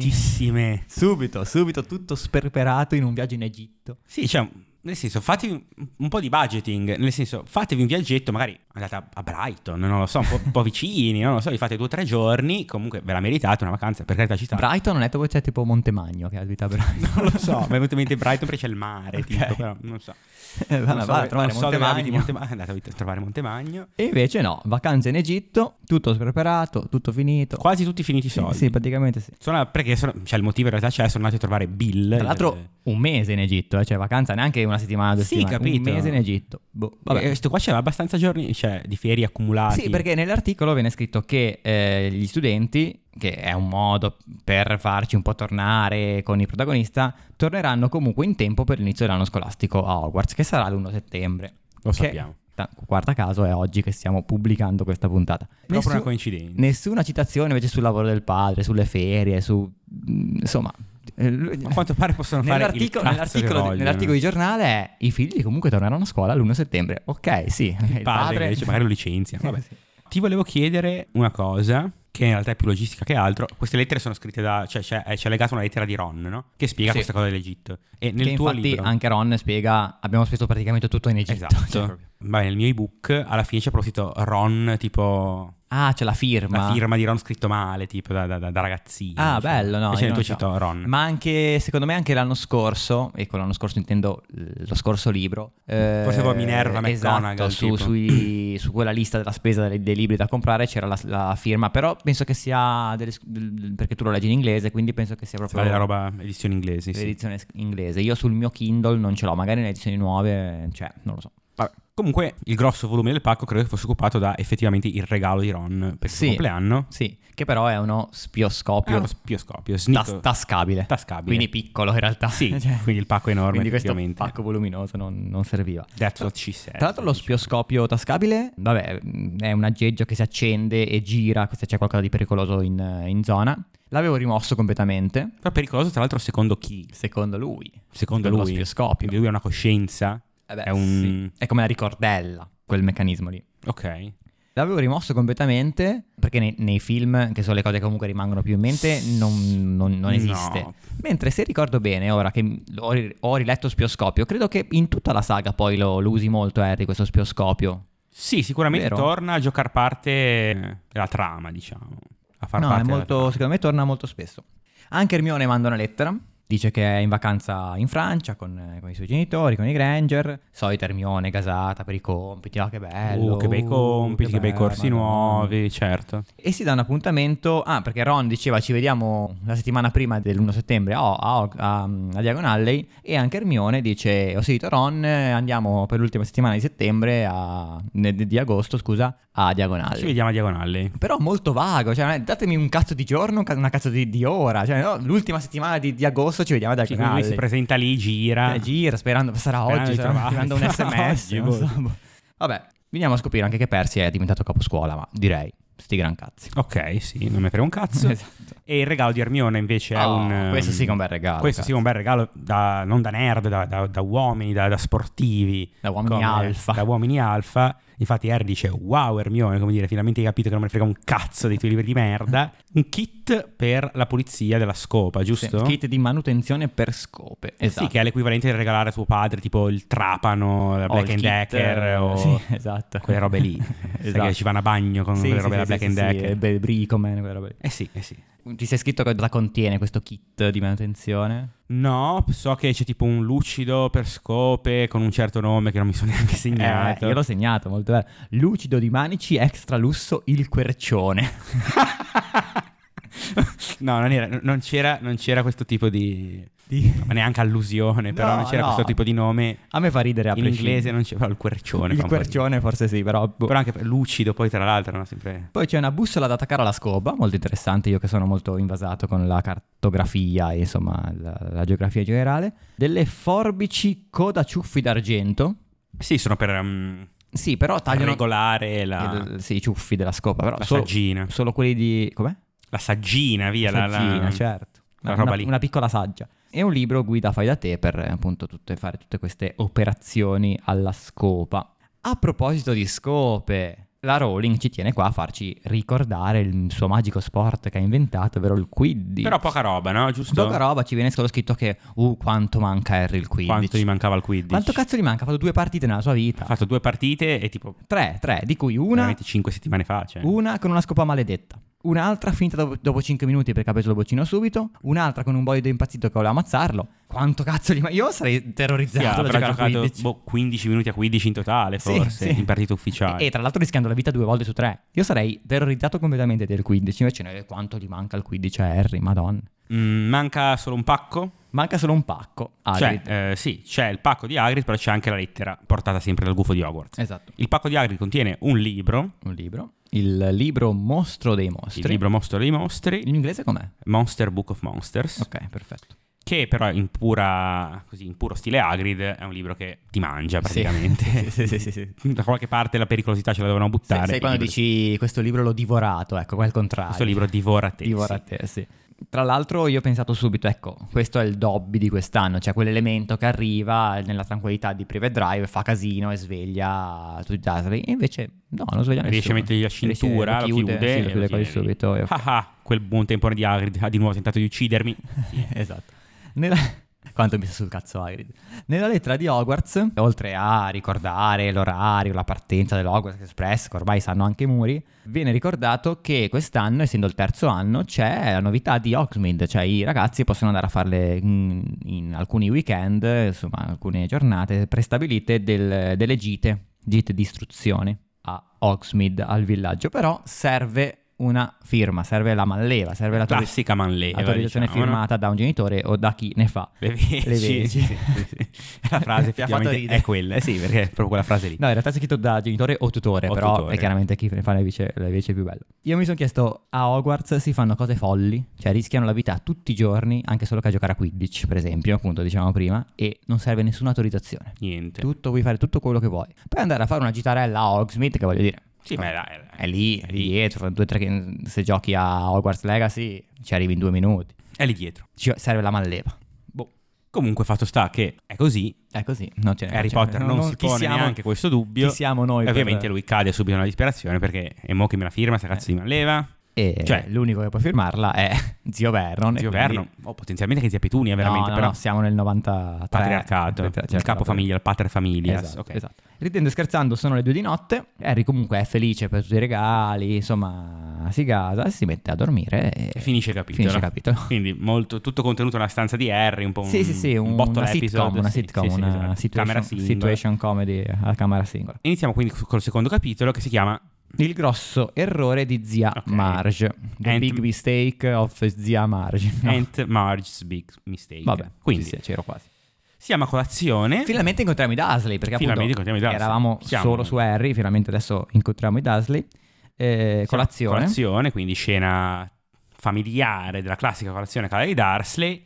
[SPEAKER 2] bucatissime.
[SPEAKER 1] subito, subito, tutto sperperato in un viaggio in Egitto.
[SPEAKER 2] Sì, cioè, nel senso, fate un, un po' di budgeting, nel senso, fatevi un viaggetto, magari andate a, a Brighton, non lo so, un po', un po' vicini, non lo so, vi fate due o tre giorni, comunque ve la meritate una vacanza, per carità ci sta.
[SPEAKER 1] Brighton, non è tipo, c'è tipo Montemagno che abita a Brighton.
[SPEAKER 2] non lo so, mi è venuto in mente Brighton perché c'è il mare,
[SPEAKER 1] Ok.
[SPEAKER 2] tipo, però non so.
[SPEAKER 1] Eh, va-
[SPEAKER 2] non so
[SPEAKER 1] va a
[SPEAKER 2] dove-
[SPEAKER 1] trovare
[SPEAKER 2] non so dove abiti
[SPEAKER 1] Montemagno.
[SPEAKER 2] Montemagno, andate a trovare Montemagno.
[SPEAKER 1] E invece no, vacanze in Egitto, tutto sperperato, tutto finito.
[SPEAKER 2] Quasi tutti finiti i soldi.
[SPEAKER 1] Sì, praticamente sì.
[SPEAKER 2] Sono- perché sono- cioè, il motivo in realtà c'è, sono andati a trovare Bill. Eh,
[SPEAKER 1] Tra l'altro un mese in Egitto, eh, cioè vacanza neanche una settimana, due
[SPEAKER 2] Sì,
[SPEAKER 1] settimane,
[SPEAKER 2] capito. Eh,
[SPEAKER 1] un mese in Egitto. Boh, vabbè.
[SPEAKER 2] Vabbè. questo qua c'era abbastanza giorni, cioè, di ferie accumulati.
[SPEAKER 1] Sì, perché nell'articolo viene scritto che eh, gli studenti, che è un modo per farci un po' tornare con il protagonista, torneranno comunque in tempo per l'inizio dell'anno scolastico a Hogwarts, che sarà l'1 settembre.
[SPEAKER 2] Lo
[SPEAKER 1] Che,
[SPEAKER 2] sappiamo.
[SPEAKER 1] ta- guarda caso è oggi che stiamo pubblicando questa puntata.
[SPEAKER 2] Proprio
[SPEAKER 1] Nessu-
[SPEAKER 2] una coincidenza.
[SPEAKER 1] nessuna citazione invece sul lavoro del padre, sulle ferie, su... mh, mm, insomma... Eh, lui-
[SPEAKER 2] A quanto pare possono fare il
[SPEAKER 1] Nell'articolo,
[SPEAKER 2] cazzo che
[SPEAKER 1] nell'articolo-
[SPEAKER 2] vogliono.
[SPEAKER 1] nell'articolo di giornale è i figli comunque torneranno a scuola l'1 settembre. Ok, sì.
[SPEAKER 2] Il padre invece magari lo licenzia. Vabbè. Ti volevo chiedere una cosa, che in realtà è più logistica che altro. Queste lettere sono scritte da. cioè c'è, eh, c'è legata una lettera di Ron, no? Che spiega
[SPEAKER 1] Sì.
[SPEAKER 2] questa cosa dell'Egitto. E nel
[SPEAKER 1] Che
[SPEAKER 2] tuo
[SPEAKER 1] infatti
[SPEAKER 2] libro.
[SPEAKER 1] anche Ron spiega, abbiamo speso praticamente tutto in Egitto. Cioè,
[SPEAKER 2] Esatto.
[SPEAKER 1] proprio-
[SPEAKER 2] Vabbè, nel mio ebook alla fine c'è proprio scritto Ron, tipo.
[SPEAKER 1] ah, c'è la firma.
[SPEAKER 2] La firma di Ron scritto male, tipo da, da, da- da ragazzino.
[SPEAKER 1] Ah,
[SPEAKER 2] cioè.
[SPEAKER 1] bello, no.
[SPEAKER 2] Invece
[SPEAKER 1] io
[SPEAKER 2] nel tuo
[SPEAKER 1] non
[SPEAKER 2] cito Ron.
[SPEAKER 1] Ma anche, secondo me, anche l'anno scorso, e con l'anno scorso intendo l- lo scorso libro. eh,
[SPEAKER 2] Forse proprio Minerva
[SPEAKER 1] esatto,
[SPEAKER 2] McGonagall,
[SPEAKER 1] su,
[SPEAKER 2] tipo.
[SPEAKER 1] sui- su quella lista della spesa dei, dei libri da comprare c'era la, la firma, però penso che sia, delle sc- del- perché tu lo leggi in inglese, quindi penso che sia proprio
[SPEAKER 2] Vale la roba edizione inglese, sì.
[SPEAKER 1] l'edizione s- inglese. Io sul mio Kindle non ce l'ho, magari nelle edizioni nuove, cioè, non lo so. Vabbè.
[SPEAKER 2] Comunque il grosso volume del pacco credo che fosse occupato da effettivamente il regalo di Ron per il suo
[SPEAKER 1] Sì.
[SPEAKER 2] compleanno.
[SPEAKER 1] Sì, che però è uno
[SPEAKER 2] È
[SPEAKER 1] spioscopio
[SPEAKER 2] uno spioscopio,
[SPEAKER 1] tas-
[SPEAKER 2] snico-
[SPEAKER 1] tascabile.
[SPEAKER 2] Ah. tascabile.
[SPEAKER 1] Quindi piccolo in realtà.
[SPEAKER 2] Sì,
[SPEAKER 1] Cioè,
[SPEAKER 2] quindi il pacco è enorme
[SPEAKER 1] quindi questo
[SPEAKER 2] effettivamente. Eh,
[SPEAKER 1] pacco voluminoso non, non serviva.
[SPEAKER 2] That's what she said.
[SPEAKER 1] Tra l'altro lo spioscopio tascabile, vabbè, mh, è un aggeggio che si accende e gira se c'è qualcosa di pericoloso in, in zona. L'avevo rimosso completamente,
[SPEAKER 2] Però pericoloso, tra l'altro, secondo chi?
[SPEAKER 1] secondo lui.
[SPEAKER 2] Secondo
[SPEAKER 1] Secondo lo
[SPEAKER 2] lui.
[SPEAKER 1] spioscopio.
[SPEAKER 2] Quindi lui ha una coscienza.
[SPEAKER 1] Eh beh,
[SPEAKER 2] è un.
[SPEAKER 1] sì. È come la ricordella, quel meccanismo lì.
[SPEAKER 2] Ok.
[SPEAKER 1] L'avevo rimosso completamente perché nei, nei film, che sono le cose che comunque rimangono più in mente, non, non- non
[SPEAKER 2] No.
[SPEAKER 1] esiste. Mentre se ricordo bene, ora che ho, ri- ho riletto Spioscopio, credo che in tutta la saga poi lo, lo usi molto Harry questo Spioscopio.
[SPEAKER 2] Sì, sicuramente
[SPEAKER 1] Vero?
[SPEAKER 2] torna a giocar parte eh, della trama, diciamo. A far
[SPEAKER 1] No, è
[SPEAKER 2] parte della
[SPEAKER 1] molto,
[SPEAKER 2] trama.
[SPEAKER 1] secondo me torna molto spesso. Anche Hermione manda una lettera, dice che è in vacanza in Francia con, con i suoi genitori, con i Granger, solita Hermione gasata per i compiti, ah che bello.
[SPEAKER 2] Oh, che bei
[SPEAKER 1] uh,
[SPEAKER 2] compiti, che, bei
[SPEAKER 1] bello,
[SPEAKER 2] corsi
[SPEAKER 1] madonna.
[SPEAKER 2] nuovi, certo.
[SPEAKER 1] E si dà un appuntamento. Ah, perché Ron diceva ci vediamo la settimana prima dell'1 settembre a, a, a, mm, a Diagon Alley. E anche Hermione dice: Ho sentito Ron, eh, andiamo per l'ultima settimana di settembre, a, ne- di agosto, scusa, a Diagon
[SPEAKER 2] Ci
[SPEAKER 1] Alley.
[SPEAKER 2] vediamo a Diagonale.
[SPEAKER 1] Però molto vago, cioè non è- datemi un cazzo di giorno, un ca- una cazzo di, di ora. Cioè, no, l'ultima settimana di, di agosto ci vediamo a
[SPEAKER 2] Sì,
[SPEAKER 1] Diagon
[SPEAKER 2] quindi lui
[SPEAKER 1] Alley.
[SPEAKER 2] si presenta lì, gira.
[SPEAKER 1] Eh, gira sperando sarà
[SPEAKER 2] Sperando
[SPEAKER 1] oggi
[SPEAKER 2] di
[SPEAKER 1] sarà
[SPEAKER 2] trovarlo.
[SPEAKER 1] mandando un sms
[SPEAKER 2] Oggi,
[SPEAKER 1] non
[SPEAKER 2] boh.
[SPEAKER 1] so, boh. vabbè veniamo a scoprire anche che Percy è diventato caposcuola ma direi sti gran cazzi
[SPEAKER 2] Ok, sì, non mi frega un cazzo.
[SPEAKER 1] Esatto.
[SPEAKER 2] E il regalo di Hermione invece è
[SPEAKER 1] Oh,
[SPEAKER 2] un... ehm,
[SPEAKER 1] questo sì che è un bel regalo, cioè,
[SPEAKER 2] Questo sì che è un bel regalo, da- non da nerd, da, da- da uomini, da, da sportivi.
[SPEAKER 1] Da uomini
[SPEAKER 2] come-
[SPEAKER 1] alfa.
[SPEAKER 2] Da uomini alfa. Infatti Harry dice, wow Hermione, come dire, finalmente hai capito che non me ne frega un cazzo dei tuoi libri di merda. Un kit per la pulizia della scopa, giusto? Eh
[SPEAKER 1] Sì, kit di manutenzione per scope esatto
[SPEAKER 2] Sì, che è l'equivalente di regalare a tuo padre tipo il trapano, la
[SPEAKER 1] O
[SPEAKER 2] Black
[SPEAKER 1] il
[SPEAKER 2] and
[SPEAKER 1] kit, eh,
[SPEAKER 2] Decker o
[SPEAKER 1] sì, esatto.
[SPEAKER 2] quelle robe lì. Sai che ci vanno a bagno con
[SPEAKER 1] Sì, sì,
[SPEAKER 2] quelle robe
[SPEAKER 1] sì,
[SPEAKER 2] da Black
[SPEAKER 1] sì,
[SPEAKER 2] and
[SPEAKER 1] sì,
[SPEAKER 2] Decker.
[SPEAKER 1] sì, beh, Bricoman, quelle robe
[SPEAKER 2] Eh sì, eh sì.
[SPEAKER 1] lì. ti sei scritto cosa contiene questo kit di manutenzione
[SPEAKER 2] No, so che c'è tipo un lucido per scope con un certo nome che non mi sono neanche segnato.
[SPEAKER 1] Eh, io l'ho segnato molto bello lucido di manici extra lusso il quercione
[SPEAKER 2] no, non, era- non c'era, non c'era questo tipo di...
[SPEAKER 1] Di-
[SPEAKER 2] ma neanche allusione, però
[SPEAKER 1] No,
[SPEAKER 2] non c'era
[SPEAKER 1] no.
[SPEAKER 2] questo tipo di nome.
[SPEAKER 1] a me fa ridere a
[SPEAKER 2] In
[SPEAKER 1] prescindere.
[SPEAKER 2] inglese non c'era però il quercione.
[SPEAKER 1] il
[SPEAKER 2] fa un po' di-
[SPEAKER 1] quercione forse sì però boh.
[SPEAKER 2] Però anche per- lucido poi tra l'altro, no? Sempre...
[SPEAKER 1] Poi c'è una bussola da attaccare alla scopa, molto interessante, io che sono molto invasato con la cartografia e insomma la, la geografia generale. Delle forbici coda ciuffi d'argento.
[SPEAKER 2] Sì, sono per... um,
[SPEAKER 1] Sì, però tagliano
[SPEAKER 2] regolare la...
[SPEAKER 1] il- sì, i ciuffi della scopa, però
[SPEAKER 2] La
[SPEAKER 1] solo,
[SPEAKER 2] saggina.
[SPEAKER 1] solo quelli di... com'è?
[SPEAKER 2] La saggina, via. la-
[SPEAKER 1] Saggina,
[SPEAKER 2] la...
[SPEAKER 1] certo.
[SPEAKER 2] la
[SPEAKER 1] una,
[SPEAKER 2] roba lì.
[SPEAKER 1] una piccola saggia. E un libro guida fai da te per eh, appunto tutte- fare tutte queste operazioni alla scopa. A proposito di scope, la Rowling ci tiene qua a farci ricordare il suo magico sport che ha inventato, ovvero il Quidditch.
[SPEAKER 2] Però poca roba, no? Giusto?
[SPEAKER 1] Poca roba, ci viene solo scritto che, uh, quanto manca Harry il Quidditch.
[SPEAKER 2] Quanto gli mancava il Quidditch?
[SPEAKER 1] Quanto cazzo gli manca? Ha fatto due partite nella sua
[SPEAKER 2] Ha
[SPEAKER 1] vita.
[SPEAKER 2] fatto due partite e tipo...
[SPEAKER 1] Tre, tre, di cui una,
[SPEAKER 2] Veramente cinque settimane fa, cioè.
[SPEAKER 1] una con una scopa maledetta. Un'altra finta dopo, 5 minuti perché ha preso il boccino subito. Un'altra con un boido impazzito che voleva ammazzarlo. Quanto cazzo gli manca? Io sarei
[SPEAKER 2] Sì,
[SPEAKER 1] terrorizzato da
[SPEAKER 2] avrà
[SPEAKER 1] giocare a
[SPEAKER 2] giocato
[SPEAKER 1] Quidditch.
[SPEAKER 2] boh, 15 minuti a 15 in totale,
[SPEAKER 1] Sì,
[SPEAKER 2] forse,
[SPEAKER 1] sì.
[SPEAKER 2] in partita ufficiale.
[SPEAKER 1] E, e tra l'altro rischiando la vita due volte su tre. Io sarei terrorizzato completamente del 15. Invece noi, quanto gli manca il 15 a Harry, madonna.
[SPEAKER 2] Mm, manca solo un pacco?
[SPEAKER 1] Manca solo un pacco. Ah, Hagrid.
[SPEAKER 2] Cioè, eh, sì, c'è il pacco di Hagrid, però c'è anche la lettera portata sempre dal gufo di Hogwarts.
[SPEAKER 1] Esatto.
[SPEAKER 2] Il pacco di Hagrid contiene un libro,
[SPEAKER 1] Un libro. Il libro Mostro dei Mostri.
[SPEAKER 2] il libro Mostro dei Mostri,
[SPEAKER 1] In inglese com'è?
[SPEAKER 2] Monster Book of Monsters,
[SPEAKER 1] Ok, perfetto.
[SPEAKER 2] che però in, pura, così, in puro stile Hagrid è un libro che ti mangia
[SPEAKER 1] Sì.
[SPEAKER 2] praticamente.
[SPEAKER 1] sì, sì, sì, sì.
[SPEAKER 2] Da qualche parte la pericolosità ce la dovevano
[SPEAKER 1] Sai-
[SPEAKER 2] buttare.
[SPEAKER 1] sai
[SPEAKER 2] e
[SPEAKER 1] quando
[SPEAKER 2] quindi
[SPEAKER 1] dici questo libro l'ho divorato, ecco, qua è il contrario.
[SPEAKER 2] Questo libro divora te.
[SPEAKER 1] Divora
[SPEAKER 2] sì.
[SPEAKER 1] te, sì. Tra l'altro io ho pensato subito, ecco, questo è il Dobby di quest'anno, cioè quell'elemento che arriva nella tranquillità di Private Drive, fa casino e sveglia tutti gli altri. E invece no, non sveglia nessuno.
[SPEAKER 2] Riesce a mettergli la
[SPEAKER 1] Riesce-
[SPEAKER 2] cintura, lo chiude,
[SPEAKER 1] sì, lo
[SPEAKER 2] e
[SPEAKER 1] chiude quasi
[SPEAKER 2] tiene lì.
[SPEAKER 1] subito. e-
[SPEAKER 2] Ah ah, quel buon tempone di Hagrid ha di nuovo tentato di uccidermi.
[SPEAKER 1] esatto. Nella- Quanto mi sta sul cazzo Hagrid. Nella lettera di Hogwarts, oltre a ricordare l'orario, la partenza dell'Hogwarts Express, che ormai sanno anche i muri, viene ricordato che quest'anno, essendo il terzo anno, c'è la novità di Hogsmeade, cioè i ragazzi possono andare a farle in, in alcuni weekend, insomma alcune giornate prestabilite del- delle gite, gite di istruzione a Hogsmeade, al villaggio, però serve una firma, serve la malleva, serve la tua
[SPEAKER 2] Classica manleva.
[SPEAKER 1] autorizzazione
[SPEAKER 2] diciamo, no?
[SPEAKER 1] firmata da un genitore o da chi ne fa.
[SPEAKER 2] Le veci.
[SPEAKER 1] Le veci.
[SPEAKER 2] sì, sì, sì. La frase
[SPEAKER 1] Ti ha fatto
[SPEAKER 2] effettivamente
[SPEAKER 1] ridere.
[SPEAKER 2] è quella. eh Sì, perché è proprio quella frase lì.
[SPEAKER 1] No, in realtà è scritto da genitore o tutore,
[SPEAKER 2] O
[SPEAKER 1] però
[SPEAKER 2] tutore.
[SPEAKER 1] è chiaramente chi ne fa le vice, le vice più bello. Io mi sono chiesto, a Hogwarts si fanno cose folli, cioè rischiano la vita tutti i giorni, anche solo che a giocare a Quidditch, per esempio, appunto, diciamo prima, e non serve nessuna autorizzazione.
[SPEAKER 2] Niente.
[SPEAKER 1] Tutto, puoi fare tutto quello che vuoi. Puoi andare a fare una gitarella a Hogsmeade, che voglio dire...
[SPEAKER 2] Sì, ma è,
[SPEAKER 1] È lì, è lì dietro, due, tre, che- se giochi a Hogwarts Legacy ci arrivi in due minuti.
[SPEAKER 2] è lì dietro.
[SPEAKER 1] Ci serve la malleva. Boh,
[SPEAKER 2] Comunque, fatto sta che è così.
[SPEAKER 1] è così. Non ce ne
[SPEAKER 2] Harry
[SPEAKER 1] facciamo-
[SPEAKER 2] Potter non, si
[SPEAKER 1] chi
[SPEAKER 2] pone
[SPEAKER 1] siamo-
[SPEAKER 2] neanche questo dubbio.
[SPEAKER 1] chi siamo noi
[SPEAKER 2] E
[SPEAKER 1] per-
[SPEAKER 2] ovviamente lui cade subito nella disperazione perché è mo che me la firma, sta cazzo di manleva.
[SPEAKER 1] Eh. E
[SPEAKER 2] Cioè-
[SPEAKER 1] l'unico che può firmarla è zio Vernon. e
[SPEAKER 2] Zio
[SPEAKER 1] quindi-
[SPEAKER 2] Verno, o potenzialmente che zia Petunia,
[SPEAKER 1] no,
[SPEAKER 2] veramente,
[SPEAKER 1] no,
[SPEAKER 2] però.
[SPEAKER 1] no, siamo nel 93.
[SPEAKER 2] Patriarcato,
[SPEAKER 1] Cioè,
[SPEAKER 2] il capofamiglia, il pater familias,
[SPEAKER 1] Esatto,
[SPEAKER 2] ok.
[SPEAKER 1] esatto. Ridendo e scherzando sono le due di notte, Harry comunque è felice per tutti i regali, insomma si gasa e si mette a dormire e,
[SPEAKER 2] E finisce il capitolo.
[SPEAKER 1] finisce il capitolo.
[SPEAKER 2] Quindi molto, tutto contenuto nella stanza di Harry, un po' un,
[SPEAKER 1] sì, sì, sì,
[SPEAKER 2] un
[SPEAKER 1] un-
[SPEAKER 2] botto
[SPEAKER 1] una
[SPEAKER 2] l'episodio,
[SPEAKER 1] sitcom, una
[SPEAKER 2] sì,
[SPEAKER 1] sitcom,
[SPEAKER 2] sì, sì,
[SPEAKER 1] una
[SPEAKER 2] esatto.
[SPEAKER 1] situation,
[SPEAKER 2] Camera singola.
[SPEAKER 1] situation comedy alla camera singola.
[SPEAKER 2] Iniziamo quindi col secondo capitolo che si chiama
[SPEAKER 1] Il grosso errore di zia
[SPEAKER 2] Ok.
[SPEAKER 1] Marge, the
[SPEAKER 2] Ant-
[SPEAKER 1] big mistake of zia Marge. No.
[SPEAKER 2] Aunt Marge's Big Mistake.
[SPEAKER 1] Vabbè,
[SPEAKER 2] quindi
[SPEAKER 1] sì, sì, c'ero quasi.
[SPEAKER 2] siamo a colazione.
[SPEAKER 1] Finalmente incontriamo i Dursley perché
[SPEAKER 2] Finalmente
[SPEAKER 1] appunto
[SPEAKER 2] incontriamo i Dursley.
[SPEAKER 1] eravamo
[SPEAKER 2] Siamo-
[SPEAKER 1] solo su Harry, finalmente adesso incontriamo i Dursley. Eh,
[SPEAKER 2] Siamo a
[SPEAKER 1] colazione.
[SPEAKER 2] Colazione, quindi scena familiare della classica colazione a casa di Dursley.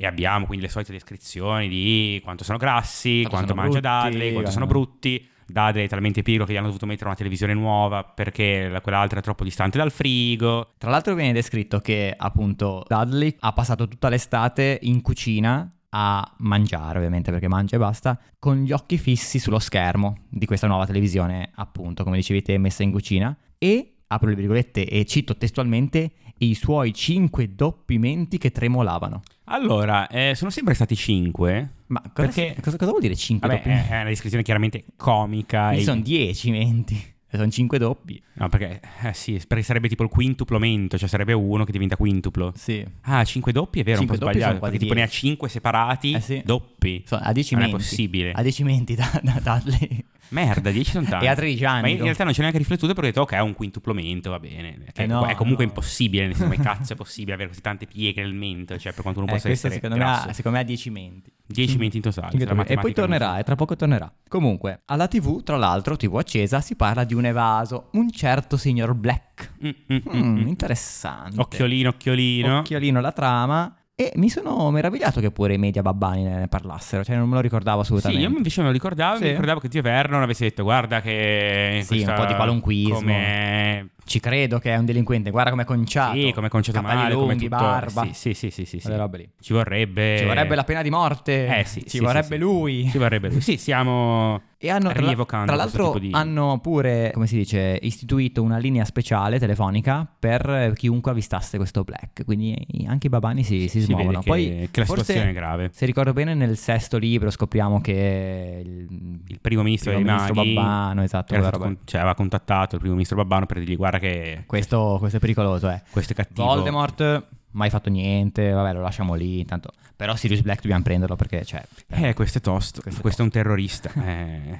[SPEAKER 2] E abbiamo quindi le solite descrizioni di quanto sono grassi,
[SPEAKER 1] Quanto
[SPEAKER 2] quanto,
[SPEAKER 1] sono
[SPEAKER 2] mangia
[SPEAKER 1] brutti, eh.
[SPEAKER 2] Dudley, quanto
[SPEAKER 1] guarda.
[SPEAKER 2] sono brutti. Dudley è talmente piccolo che gli hanno dovuto mettere una televisione nuova perché la- quell'altra è troppo distante dal frigo.
[SPEAKER 1] Tra l'altro viene descritto che appunto Dudley ha passato tutta l'estate in cucina a mangiare ovviamente perché mangia e basta con gli occhi fissi sullo schermo di questa nuova televisione appunto come dicevi te messa in cucina e apro le virgolette e cito testualmente i suoi cinque doppi menti che tremolavano
[SPEAKER 2] Allora, eh, sono sempre stati cinque.
[SPEAKER 1] ma cosa,
[SPEAKER 2] Perché-
[SPEAKER 1] cosa, cosa vuol dire cinque
[SPEAKER 2] Vabbè,
[SPEAKER 1] doppi menti?
[SPEAKER 2] è è una descrizione chiaramente comica.
[SPEAKER 1] Ci
[SPEAKER 2] e-
[SPEAKER 1] eh, sono 10 menti, sono 5 doppi.
[SPEAKER 2] No, perché, eh, sì, perché sarebbe tipo il quintuplo mento, cioè sarebbe uno che diventa quintuplo.
[SPEAKER 1] Sì.
[SPEAKER 2] Ah, 5 doppi è vero,
[SPEAKER 1] Cinque
[SPEAKER 2] un po'
[SPEAKER 1] doppi sono
[SPEAKER 2] sbagliato.
[SPEAKER 1] quasi
[SPEAKER 2] Perché tipo ne ha
[SPEAKER 1] dieci.
[SPEAKER 2] 5 separati,
[SPEAKER 1] Eh sì.
[SPEAKER 2] doppi.
[SPEAKER 1] So- a 10
[SPEAKER 2] non
[SPEAKER 1] menti.
[SPEAKER 2] è possibile.
[SPEAKER 1] A 10 menti da, da Dudley.
[SPEAKER 2] Merda, 10 sono tanti.
[SPEAKER 1] E a 13 anni,
[SPEAKER 2] Ma in
[SPEAKER 1] com-
[SPEAKER 2] realtà non ci ho neanche riflettuto perché ho detto, ok, è un quintuplamento, va bene. Che
[SPEAKER 1] Eh no,
[SPEAKER 2] è comunque
[SPEAKER 1] no.
[SPEAKER 2] impossibile, nel senso, come cazzo è possibile avere così tante pieghe nel mento, cioè per quanto uno
[SPEAKER 1] Eh,
[SPEAKER 2] possa
[SPEAKER 1] questo
[SPEAKER 2] essere
[SPEAKER 1] secondo me,
[SPEAKER 2] grasso.
[SPEAKER 1] ha, secondo me ha 10 menti.
[SPEAKER 2] 10 menti in totale.
[SPEAKER 1] Cinque
[SPEAKER 2] se la
[SPEAKER 1] doppi. E poi
[SPEAKER 2] matematica non-
[SPEAKER 1] tornerà, e tra poco tornerà. Comunque, alla TV, tra l'altro, TV accesa, si parla di un evaso, un certo signor Black.
[SPEAKER 2] Mm, mm, mm,
[SPEAKER 1] Mm,
[SPEAKER 2] mm.
[SPEAKER 1] Interessante.
[SPEAKER 2] Occhiolino, occhiolino.
[SPEAKER 1] Occhiolino la trama. E mi sono meravigliato che pure i media babbani ne ne parlassero, cioè non me lo ricordavo
[SPEAKER 2] Sì,
[SPEAKER 1] assolutamente.
[SPEAKER 2] io invece me lo ricordavo,
[SPEAKER 1] Sì.
[SPEAKER 2] mi ricordavo che Zio Vernon avesse detto guarda che...
[SPEAKER 1] Sì, un po' di qualunquismo.
[SPEAKER 2] Come
[SPEAKER 1] Ci credo che è un delinquente, guarda come è conciato.
[SPEAKER 2] Sì, come concetto
[SPEAKER 1] capelli
[SPEAKER 2] male, come
[SPEAKER 1] lunghi,
[SPEAKER 2] tutto.
[SPEAKER 1] barba.
[SPEAKER 2] Sì, sì, sì, sì, sì, sì.
[SPEAKER 1] Quelle robe lì.
[SPEAKER 2] Ci vorrebbe
[SPEAKER 1] Ci vorrebbe la pena di morte.
[SPEAKER 2] Eh, sì,
[SPEAKER 1] Ci
[SPEAKER 2] sì,
[SPEAKER 1] vorrebbe
[SPEAKER 2] sì, sì.
[SPEAKER 1] lui.
[SPEAKER 2] Ci vorrebbe lui. Sì, siamo
[SPEAKER 1] E hanno, tra, la-
[SPEAKER 2] rievocando
[SPEAKER 1] tra
[SPEAKER 2] questo
[SPEAKER 1] l'altro
[SPEAKER 2] tipo di
[SPEAKER 1] hanno pure, come si dice, istituito una linea speciale telefonica per chiunque avvistasse questo Black. Quindi eh, anche i babani si, si
[SPEAKER 2] si vede
[SPEAKER 1] smuovono.
[SPEAKER 2] che,
[SPEAKER 1] Poi,
[SPEAKER 2] che la
[SPEAKER 1] forse,
[SPEAKER 2] situazione è grave.
[SPEAKER 1] se ricordo bene, nel sesto libro scopriamo che il,
[SPEAKER 2] Il primo ministro
[SPEAKER 1] primo
[SPEAKER 2] dei
[SPEAKER 1] ministro
[SPEAKER 2] maghi
[SPEAKER 1] babbano, esatto,
[SPEAKER 2] era
[SPEAKER 1] quella
[SPEAKER 2] stato
[SPEAKER 1] roba.
[SPEAKER 2] con- cioè, aveva contattato il primo ministro babbano per dirgli guarda che
[SPEAKER 1] questo, questo è pericoloso, eh.
[SPEAKER 2] questo è cattivo.
[SPEAKER 1] Voldemort, mai fatto niente, vabbè, lo lasciamo lì. Intanto. Però Sirius Black dobbiamo prenderlo perché, cioè,
[SPEAKER 2] Eh, questo è tosto.
[SPEAKER 1] Questo
[SPEAKER 2] Questo,
[SPEAKER 1] è
[SPEAKER 2] è un terrorista. Eh,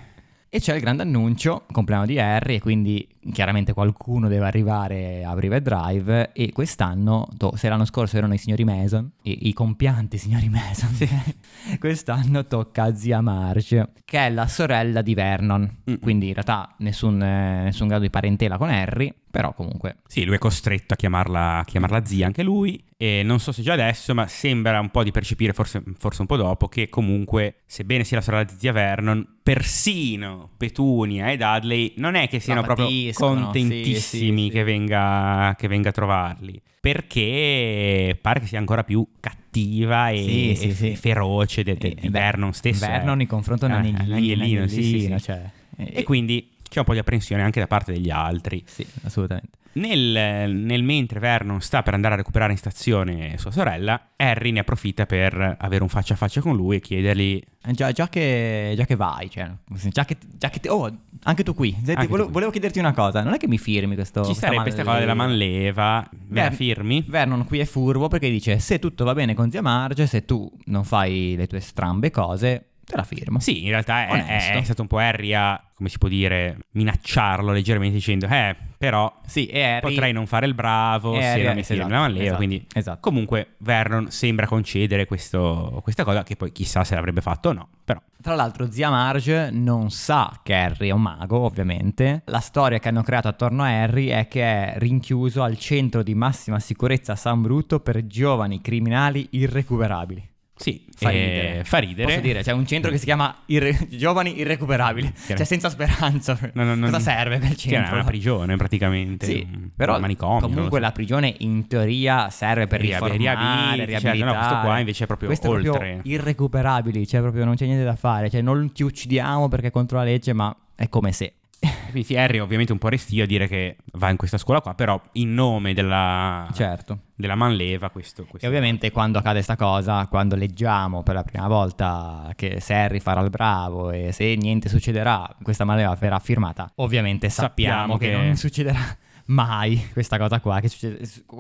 [SPEAKER 1] E c'è il grande annuncio, compleanno di Harry, e quindi chiaramente qualcuno deve arrivare a Private Drive e quest'anno, to- se l'anno scorso erano i signori Mason, i, i compianti signori Mason, quest'anno tocca a zia Marge, che è la sorella di Vernon,
[SPEAKER 2] Mm.
[SPEAKER 1] quindi in realtà nessun, eh, nessun grado di parentela con Harry, Però comunque...
[SPEAKER 2] Sì, lui è costretto a chiamarla, a chiamarla zia anche lui. E non so se già adesso, ma sembra un po' di percepire, forse, forse un po' dopo, che comunque, sebbene sia la sorella di zia Vernon, persino Petunia e Dudley non è che siano proprio
[SPEAKER 1] patiscono, sì,
[SPEAKER 2] contentissimi
[SPEAKER 1] sì, sì.
[SPEAKER 2] Che, venga, che venga a trovarli. Perché pare che sia ancora più cattiva
[SPEAKER 1] Sì,
[SPEAKER 2] e,
[SPEAKER 1] sì,
[SPEAKER 2] e-
[SPEAKER 1] sì.
[SPEAKER 2] e feroce de- de-
[SPEAKER 1] Eh,
[SPEAKER 2] di
[SPEAKER 1] beh,
[SPEAKER 2] Vernon stesso. eh.
[SPEAKER 1] Vernon in confronto a
[SPEAKER 2] Eh,
[SPEAKER 1] Nanellino.
[SPEAKER 2] l'agnellino, sì, sì,
[SPEAKER 1] l'agnellino,
[SPEAKER 2] sì.
[SPEAKER 1] cioè, eh,
[SPEAKER 2] E quindi c'è un po' di apprensione anche da parte degli altri.
[SPEAKER 1] Sì, assolutamente.
[SPEAKER 2] Nel, nel mentre Vernon sta per andare a recuperare in stazione sua sorella, Harry ne approfitta per avere un faccia a faccia con lui e chiedergli
[SPEAKER 1] Eh, Già, già che, già che vai, cioè, già che, già che ti- oh, anche tu qui. Senti,
[SPEAKER 2] Anche tu
[SPEAKER 1] volevo,
[SPEAKER 2] qui.
[SPEAKER 1] volevo chiederti una cosa, non è che mi firmi questo...
[SPEAKER 2] ci sarebbe questa cosa della manleva, me la
[SPEAKER 1] Ver-
[SPEAKER 2] firmi?
[SPEAKER 1] Vernon qui è furbo perché dice se tutto va bene con zia Marge, se tu non fai le tue strambe cose, te la firmo.
[SPEAKER 2] Sì, in realtà è- è,
[SPEAKER 1] Onesto.
[SPEAKER 2] è stato un po' Harry a, come si può dire, minacciarlo leggermente dicendo eh, però
[SPEAKER 1] Sì, e Harry...
[SPEAKER 2] potrei non fare il bravo
[SPEAKER 1] Eh,
[SPEAKER 2] se
[SPEAKER 1] Harry-
[SPEAKER 2] non mi firmi
[SPEAKER 1] esatto,
[SPEAKER 2] la manleva,
[SPEAKER 1] esatto,
[SPEAKER 2] quindi...
[SPEAKER 1] Esatto.
[SPEAKER 2] Comunque Vernon sembra concedere questo- questa cosa che poi chissà se l'avrebbe fatto o no, però...
[SPEAKER 1] Tra l'altro zia Marge non sa che Harry è un mago, ovviamente. La storia che hanno creato attorno a Harry è che è rinchiuso al centro di massima sicurezza a San Bruto per giovani criminali irrecuperabili.
[SPEAKER 2] Sì,
[SPEAKER 1] Fa
[SPEAKER 2] eh,
[SPEAKER 1] ridere.
[SPEAKER 2] fa ridere.
[SPEAKER 1] Posso dire, c'è un centro che si chiama Irre- Giovani Irrecuperabili, cioè senza speranza.
[SPEAKER 2] No, no, no,
[SPEAKER 1] Cosa
[SPEAKER 2] no.
[SPEAKER 1] serve quel
[SPEAKER 2] Che era
[SPEAKER 1] centro?
[SPEAKER 2] una prigione praticamente.
[SPEAKER 1] Sì,
[SPEAKER 2] un-
[SPEAKER 1] però
[SPEAKER 2] un manicomio. non lo
[SPEAKER 1] comunque
[SPEAKER 2] so.
[SPEAKER 1] la prigione in teoria serve per
[SPEAKER 2] Riab-
[SPEAKER 1] riformare,
[SPEAKER 2] riabili-
[SPEAKER 1] riabilitare.
[SPEAKER 2] cioè, no, questo qua invece è proprio
[SPEAKER 1] Questo è proprio
[SPEAKER 2] oltre.
[SPEAKER 1] irrecuperabili, cioè proprio non c'è niente da fare, cioè non ti uccidiamo perché è contro la legge, ma è come se.
[SPEAKER 2] Quindi sì, Harry è ovviamente un po' restio a dire che va in questa scuola qua, però in nome della,
[SPEAKER 1] Certo.
[SPEAKER 2] della manleva questo... questo-
[SPEAKER 1] E ovviamente quando accade sta cosa, quando leggiamo per la prima volta che se Harry farà il bravo e se niente succederà, questa maleva verrà firmata, ovviamente sappiamo,
[SPEAKER 2] Sappiamo
[SPEAKER 1] che...
[SPEAKER 2] che-
[SPEAKER 1] non succederà mai questa cosa qua, che succede-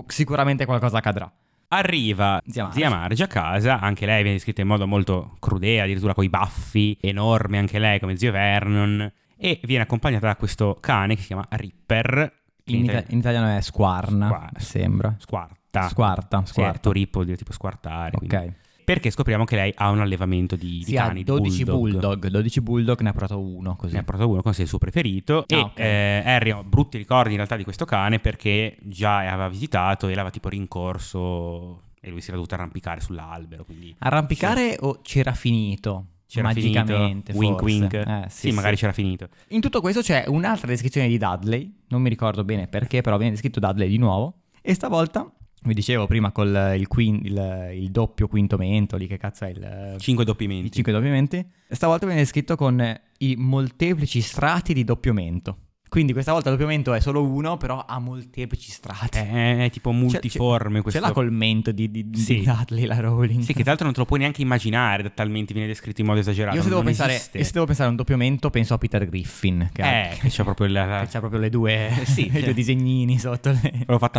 [SPEAKER 1] sicuramente qualcosa accadrà.
[SPEAKER 2] Arriva
[SPEAKER 1] Zia Marge.
[SPEAKER 2] zia Marge a casa, anche lei viene descritta in modo molto crudele, addirittura con i baffi, enorme anche lei come zio Vernon, e viene accompagnata da questo cane che si chiama Ripper. che
[SPEAKER 1] In, ita- in italiano è squarna,
[SPEAKER 2] Squar-
[SPEAKER 1] sembra.
[SPEAKER 2] Ah. Squarta.
[SPEAKER 1] Squarta,
[SPEAKER 2] Sì,
[SPEAKER 1] squarta.
[SPEAKER 2] tu Rippo vuol dire tipo squartare. quindi.
[SPEAKER 1] Ok.
[SPEAKER 2] Perché scopriamo che lei ha un allevamento di, di
[SPEAKER 1] Si ha
[SPEAKER 2] cani, di
[SPEAKER 1] 12 bulldog.
[SPEAKER 2] bulldog.
[SPEAKER 1] 12 bulldog ne ha provato uno così.
[SPEAKER 2] Ne ha portato uno, così è il suo preferito. e
[SPEAKER 1] Ah, ok.
[SPEAKER 2] eh, Harry ha brutti ricordi in realtà di questo cane perché già aveva visitato e l'aveva tipo rincorso e lui si era dovuto arrampicare sull'albero. Quindi
[SPEAKER 1] Arrampicare o c'era finito?
[SPEAKER 2] c'era
[SPEAKER 1] magicamente,
[SPEAKER 2] finito. Wink
[SPEAKER 1] forse. Eh,
[SPEAKER 2] wink. sì, magari c'era finito.
[SPEAKER 1] In tutto questo c'è un'altra descrizione di Dudley, non mi ricordo bene perché, però viene descritto Dudley di nuovo. E stavolta, vi dicevo prima col eh, il, quin- il- il doppio quinto mento, lì che cazzo è il... eh,
[SPEAKER 2] Cinque
[SPEAKER 1] I
[SPEAKER 2] doppiamenti.
[SPEAKER 1] cinque doppiamenti. Stavolta viene descritto con eh, i molteplici strati di doppiamento. Quindi questa volta il doppiamento è solo uno, però ha molteplici strati.
[SPEAKER 2] È, Eh, è tipo
[SPEAKER 1] Cioè,
[SPEAKER 2] multiforme
[SPEAKER 1] ce-
[SPEAKER 2] questo.
[SPEAKER 1] Ce l'ha col mento di, di, di
[SPEAKER 2] Sì.
[SPEAKER 1] Dudley la Rowling.
[SPEAKER 2] Sì, che tra l'altro non te lo puoi neanche immaginare, talmente viene descritto in modo esagerato.
[SPEAKER 1] io se, devo
[SPEAKER 2] non
[SPEAKER 1] pensare,
[SPEAKER 2] esiste.
[SPEAKER 1] io se devo pensare a un doppiamento penso a Peter Griffin, che, ha,
[SPEAKER 2] Eh, che c'è proprio la...
[SPEAKER 1] che c'ha proprio le due,
[SPEAKER 2] Sì,
[SPEAKER 1] i due
[SPEAKER 2] cioè.
[SPEAKER 1] disegnini sotto le...
[SPEAKER 2] L'ho fatto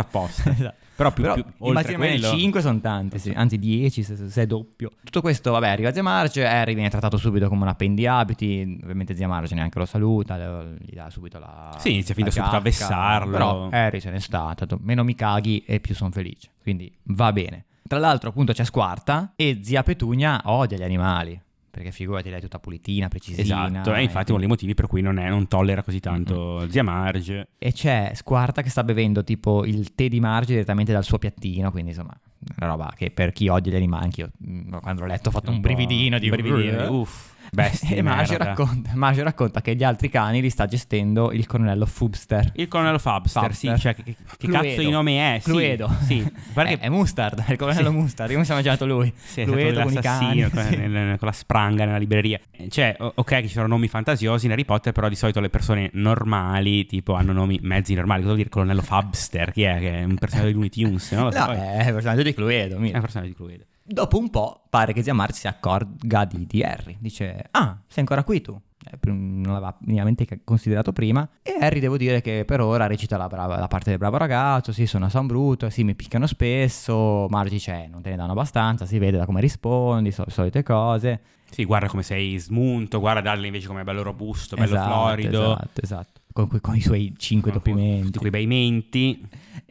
[SPEAKER 2] apposta.
[SPEAKER 1] Esatto.
[SPEAKER 2] Però più,
[SPEAKER 1] Però
[SPEAKER 2] più oltre a
[SPEAKER 1] immaginare
[SPEAKER 2] quello...
[SPEAKER 1] 5 sono tanti, sì, anzi 10 se, se è doppio. Tutto questo, vabbè, arriva Zia Marge, Harry viene trattato subito come un appendiabiti, ovviamente Zia Marge neanche lo saluta, le- gli dà subito la...
[SPEAKER 2] Sì, inizia fin
[SPEAKER 1] la
[SPEAKER 2] da subito a
[SPEAKER 1] giacca,
[SPEAKER 2] vessarlo.
[SPEAKER 1] Però Harry se n'è stato, ha detto, meno mi caghi e più sono felice, quindi va bene. Tra l'altro appunto c'è Squarta e Zia Petunia odia gli animali, perché figurati lei è tutta pulitina, precisina.
[SPEAKER 2] Esatto, è
[SPEAKER 1] e
[SPEAKER 2] infatti uno dei motivi per cui non, è- non tollera così tanto zia Marge.
[SPEAKER 1] E c'è Squarta che sta bevendo tipo il tè di Marge direttamente dal suo piattino, quindi insomma, una roba che per chi odia gli animali, anch'io mm, quando l'ho letto ho fatto un,
[SPEAKER 2] po'
[SPEAKER 1] brividino di
[SPEAKER 2] un brividino, uff, bestia
[SPEAKER 1] E
[SPEAKER 2] di
[SPEAKER 1] Marge
[SPEAKER 2] merda.
[SPEAKER 1] racconta, Marge racconta che gli altri cani li sta gestendo il colonnello Fubster.
[SPEAKER 2] Il colonnello Fabster,
[SPEAKER 1] Fabster.
[SPEAKER 2] sì, cioè, che, che- che
[SPEAKER 1] Cluedo.
[SPEAKER 2] cazzo di nome è? Sì,
[SPEAKER 1] Cluedo.
[SPEAKER 2] Sì, guarda
[SPEAKER 1] Eh,
[SPEAKER 2] che-
[SPEAKER 1] è Mustard, è il colonnello
[SPEAKER 2] Sì.
[SPEAKER 1] Mustard, come si è mangiato lui?
[SPEAKER 2] sì, è stato
[SPEAKER 1] Cluedo con i cani.
[SPEAKER 2] l'assassino con,
[SPEAKER 1] sì.
[SPEAKER 2] nel- con la spranga nella libreria. Eh, Cioè, o- ok che ci sono nomi fantasiosi in Harry Potter, però di solito le persone normali, tipo, hanno nomi mezzi normali. Cosa vuol dire colonnello Fabster? Chi è? Che è un personaggio di Looney Tunes? Non lo so.
[SPEAKER 1] No, eh. è Eh, il personaggio di Cluedo,
[SPEAKER 2] È un
[SPEAKER 1] mira.
[SPEAKER 2] personaggio di Cluedo.
[SPEAKER 1] Dopo un po' pare che zia Marge si accorga di, di Harry. Dice, ah, sei ancora qui tu. Eh, pr- Non l'aveva minimamente ca- considerato prima. E Harry devo dire che per ora recita la, brava- la parte del bravo ragazzo. Sì, sono a San Bruto, sì, mi picchiano spesso. Marge dice, "Eh, non te ne danno abbastanza, si vede da come rispondi, so- solite cose.
[SPEAKER 2] Sì, guarda come sei smunto, guarda Darle invece come è bello robusto, bello
[SPEAKER 1] Esatto,
[SPEAKER 2] florido.
[SPEAKER 1] Esatto, esatto. con, que- con i suoi cinque doppi
[SPEAKER 2] Tutti
[SPEAKER 1] menti.
[SPEAKER 2] quei bei menti.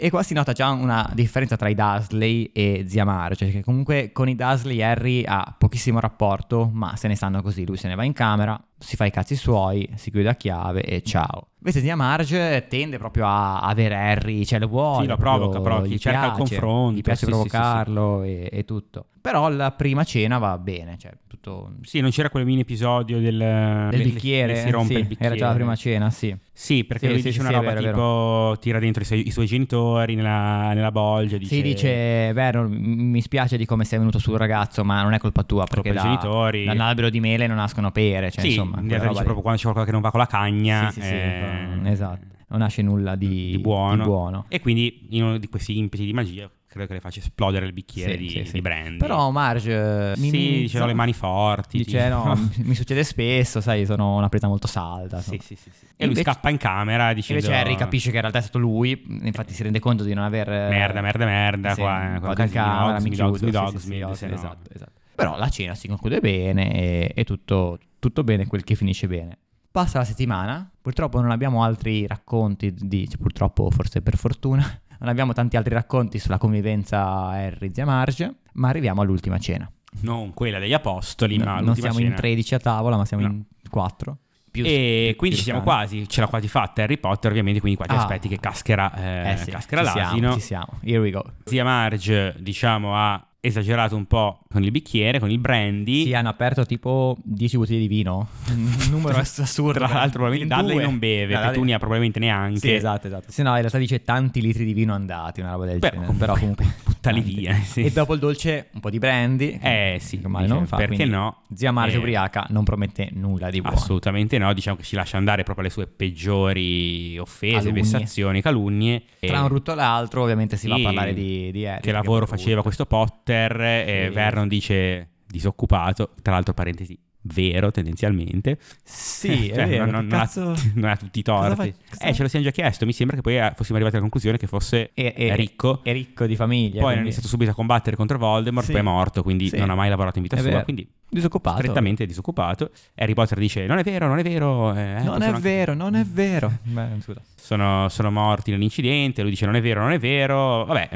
[SPEAKER 1] E qua si nota già una differenza tra i Dursley e Zia Marge, che comunque con i Dursley Harry ha pochissimo rapporto, ma se ne stanno così, lui se ne va in camera, si fa i cazzi suoi, si chiude a chiave e ciao. Invece Zia Marge tende proprio a avere Harry, cioè lo vuole.
[SPEAKER 2] Sì, lo
[SPEAKER 1] proprio,
[SPEAKER 2] provoca, però,
[SPEAKER 1] gli
[SPEAKER 2] chi cerca il
[SPEAKER 1] piace,
[SPEAKER 2] confronto,
[SPEAKER 1] Gli piace
[SPEAKER 2] sì, sì, sì, sì.
[SPEAKER 1] provocarlo E, e tutto. Però la prima cena va bene, cioè tutto...
[SPEAKER 2] Sì, non c'era quel mini episodio del,
[SPEAKER 1] Del
[SPEAKER 2] le-
[SPEAKER 1] bicchiere,
[SPEAKER 2] le- si rompe
[SPEAKER 1] sì,
[SPEAKER 2] il bicchiere.
[SPEAKER 1] era già la prima cena, sì.
[SPEAKER 2] Sì, perché
[SPEAKER 1] Sì,
[SPEAKER 2] lui
[SPEAKER 1] sì, sì,
[SPEAKER 2] dice una
[SPEAKER 1] sì, è
[SPEAKER 2] roba
[SPEAKER 1] vero, è
[SPEAKER 2] tipo tira dentro i suoi, i suoi genitori nella, nella bolgia. Dice,
[SPEAKER 1] Sì, dice, beh, non- mi spiace di come sei venuto sul ragazzo, ma non è colpa tua, perché
[SPEAKER 2] dei
[SPEAKER 1] da,
[SPEAKER 2] genitori."
[SPEAKER 1] dall'albero di mele non nascono pere, cioè
[SPEAKER 2] sì,
[SPEAKER 1] insomma. quella
[SPEAKER 2] in realtà dice
[SPEAKER 1] roba lì.
[SPEAKER 2] proprio quando c'è qualcosa che non va con la cagna.
[SPEAKER 1] Sì, sì, sì,
[SPEAKER 2] eh,
[SPEAKER 1] mm, esatto. Non nasce nulla di,
[SPEAKER 2] Di buono.
[SPEAKER 1] di buono.
[SPEAKER 2] E quindi in uno di questi impeti di magia credo che le faccia esplodere il bicchiere
[SPEAKER 1] Sì,
[SPEAKER 2] di,
[SPEAKER 1] sì, sì.
[SPEAKER 2] di brandy.
[SPEAKER 1] Però Marge eh,
[SPEAKER 2] sì, dice ho le mani forti.
[SPEAKER 1] Dice,
[SPEAKER 2] tipo.
[SPEAKER 1] no, mi- mi succede spesso, sai, sono una presa molto salda.
[SPEAKER 2] Sì,
[SPEAKER 1] insomma.
[SPEAKER 2] sì, sì, sì. E lui
[SPEAKER 1] Invece-
[SPEAKER 2] scappa in camera dicendo...
[SPEAKER 1] Invece Harry capisce che in realtà è stato lui, infatti si rende conto di non aver... eh,
[SPEAKER 2] Merda, merda, merda,
[SPEAKER 1] sì,
[SPEAKER 2] qua, eh,
[SPEAKER 1] un
[SPEAKER 2] qua
[SPEAKER 1] po' di
[SPEAKER 2] casino,
[SPEAKER 1] camera, mi
[SPEAKER 2] Hogsmeade,
[SPEAKER 1] chiudo,
[SPEAKER 2] Hogsmeade,
[SPEAKER 1] sì, sì, sì,
[SPEAKER 2] Hogsmeade, se no-
[SPEAKER 1] esatto, esatto. Però la cena si conclude bene e, e tutto, tutto bene quel che finisce bene. Passa la settimana, purtroppo non abbiamo altri racconti, di, cioè, purtroppo forse per fortuna, non abbiamo tanti altri racconti sulla convivenza Harry Zia Marge, ma arriviamo all'ultima cena.
[SPEAKER 2] Non quella degli apostoli,
[SPEAKER 1] No,
[SPEAKER 2] ma
[SPEAKER 1] non
[SPEAKER 2] l'ultima
[SPEAKER 1] siamo in
[SPEAKER 2] cena.
[SPEAKER 1] 13 a tavola, ma siamo
[SPEAKER 2] No.
[SPEAKER 1] in 4.
[SPEAKER 2] E quindi ci siamo quasi, ce l'ha quasi fatta Harry Potter, ovviamente, quindi qua ti
[SPEAKER 1] Ah.
[SPEAKER 2] aspetti eh. che cascherà, eh,
[SPEAKER 1] Eh sì,
[SPEAKER 2] cascherà
[SPEAKER 1] ci siamo,
[SPEAKER 2] l'asino.
[SPEAKER 1] ci siamo. Here we go.
[SPEAKER 2] Zia Marge, diciamo, ha esagerato un po' con il bicchiere, con il brandy.
[SPEAKER 1] Sì, hanno aperto tipo 10 bottiglie di vino. Un numero ass- assurdo.
[SPEAKER 2] Tra l'altro, probabilmente
[SPEAKER 1] In
[SPEAKER 2] Dudley
[SPEAKER 1] due.
[SPEAKER 2] non beve,
[SPEAKER 1] No, Dudley-
[SPEAKER 2] Petunia probabilmente neanche.
[SPEAKER 1] Sì, esatto, esatto. Se no, in realtà dice tanti litri di vino andati, una roba del
[SPEAKER 2] Però
[SPEAKER 1] genere. Però comunque.
[SPEAKER 2] buttali
[SPEAKER 1] tanti.
[SPEAKER 2] via, sì.
[SPEAKER 1] E dopo il dolce, un po' di brandy.
[SPEAKER 2] Eh sì,
[SPEAKER 1] che male
[SPEAKER 2] dice,
[SPEAKER 1] non fa,
[SPEAKER 2] perché
[SPEAKER 1] quindi
[SPEAKER 2] no?
[SPEAKER 1] Zia Marge
[SPEAKER 2] Eh.
[SPEAKER 1] ubriaca non promette nulla di buono.
[SPEAKER 2] Assolutamente no, diciamo che si lascia andare proprio alle sue peggiori offese,
[SPEAKER 1] Calunnie.
[SPEAKER 2] vessazioni, calunnie.
[SPEAKER 1] Tra
[SPEAKER 2] E-
[SPEAKER 1] un rutto e l'altro, ovviamente, si va a
[SPEAKER 2] Sì,
[SPEAKER 1] parlare di, di Harry,
[SPEAKER 2] Che lavoro faceva questo Potter? E
[SPEAKER 1] Sì.
[SPEAKER 2] Vernon dice disoccupato, tra l'altro parentesi, vero tendenzialmente.
[SPEAKER 1] Sì, è
[SPEAKER 2] Cioè,
[SPEAKER 1] vero,
[SPEAKER 2] non,
[SPEAKER 1] che
[SPEAKER 2] non ha,
[SPEAKER 1] cazzo-
[SPEAKER 2] non ha tutti i
[SPEAKER 1] cosa
[SPEAKER 2] torti.
[SPEAKER 1] fa- cosa
[SPEAKER 2] eh,
[SPEAKER 1] fa-
[SPEAKER 2] ce lo siamo già chiesto, mi sembra che poi eh, fossimo arrivati alla conclusione che fosse
[SPEAKER 1] E- e-
[SPEAKER 2] ricco.
[SPEAKER 1] È ricco di famiglia.
[SPEAKER 2] poi hanno
[SPEAKER 1] quindi-
[SPEAKER 2] iniziato subito a combattere contro Voldemort,
[SPEAKER 1] Sì.
[SPEAKER 2] poi è morto, quindi
[SPEAKER 1] Sì.
[SPEAKER 2] non ha mai lavorato in vita
[SPEAKER 1] È
[SPEAKER 2] sua,
[SPEAKER 1] vero.
[SPEAKER 2] quindi
[SPEAKER 1] Disoccupato.
[SPEAKER 2] strettamente disoccupato. Harry Potter dice non è vero, non è vero. eh, eh,
[SPEAKER 1] Non
[SPEAKER 2] sono
[SPEAKER 1] è
[SPEAKER 2] anche-
[SPEAKER 1] vero, non è vero. Beh, scusa.
[SPEAKER 2] sono, sono morti nell'incidente. Lui dice: Non è vero, non è vero. Vabbè,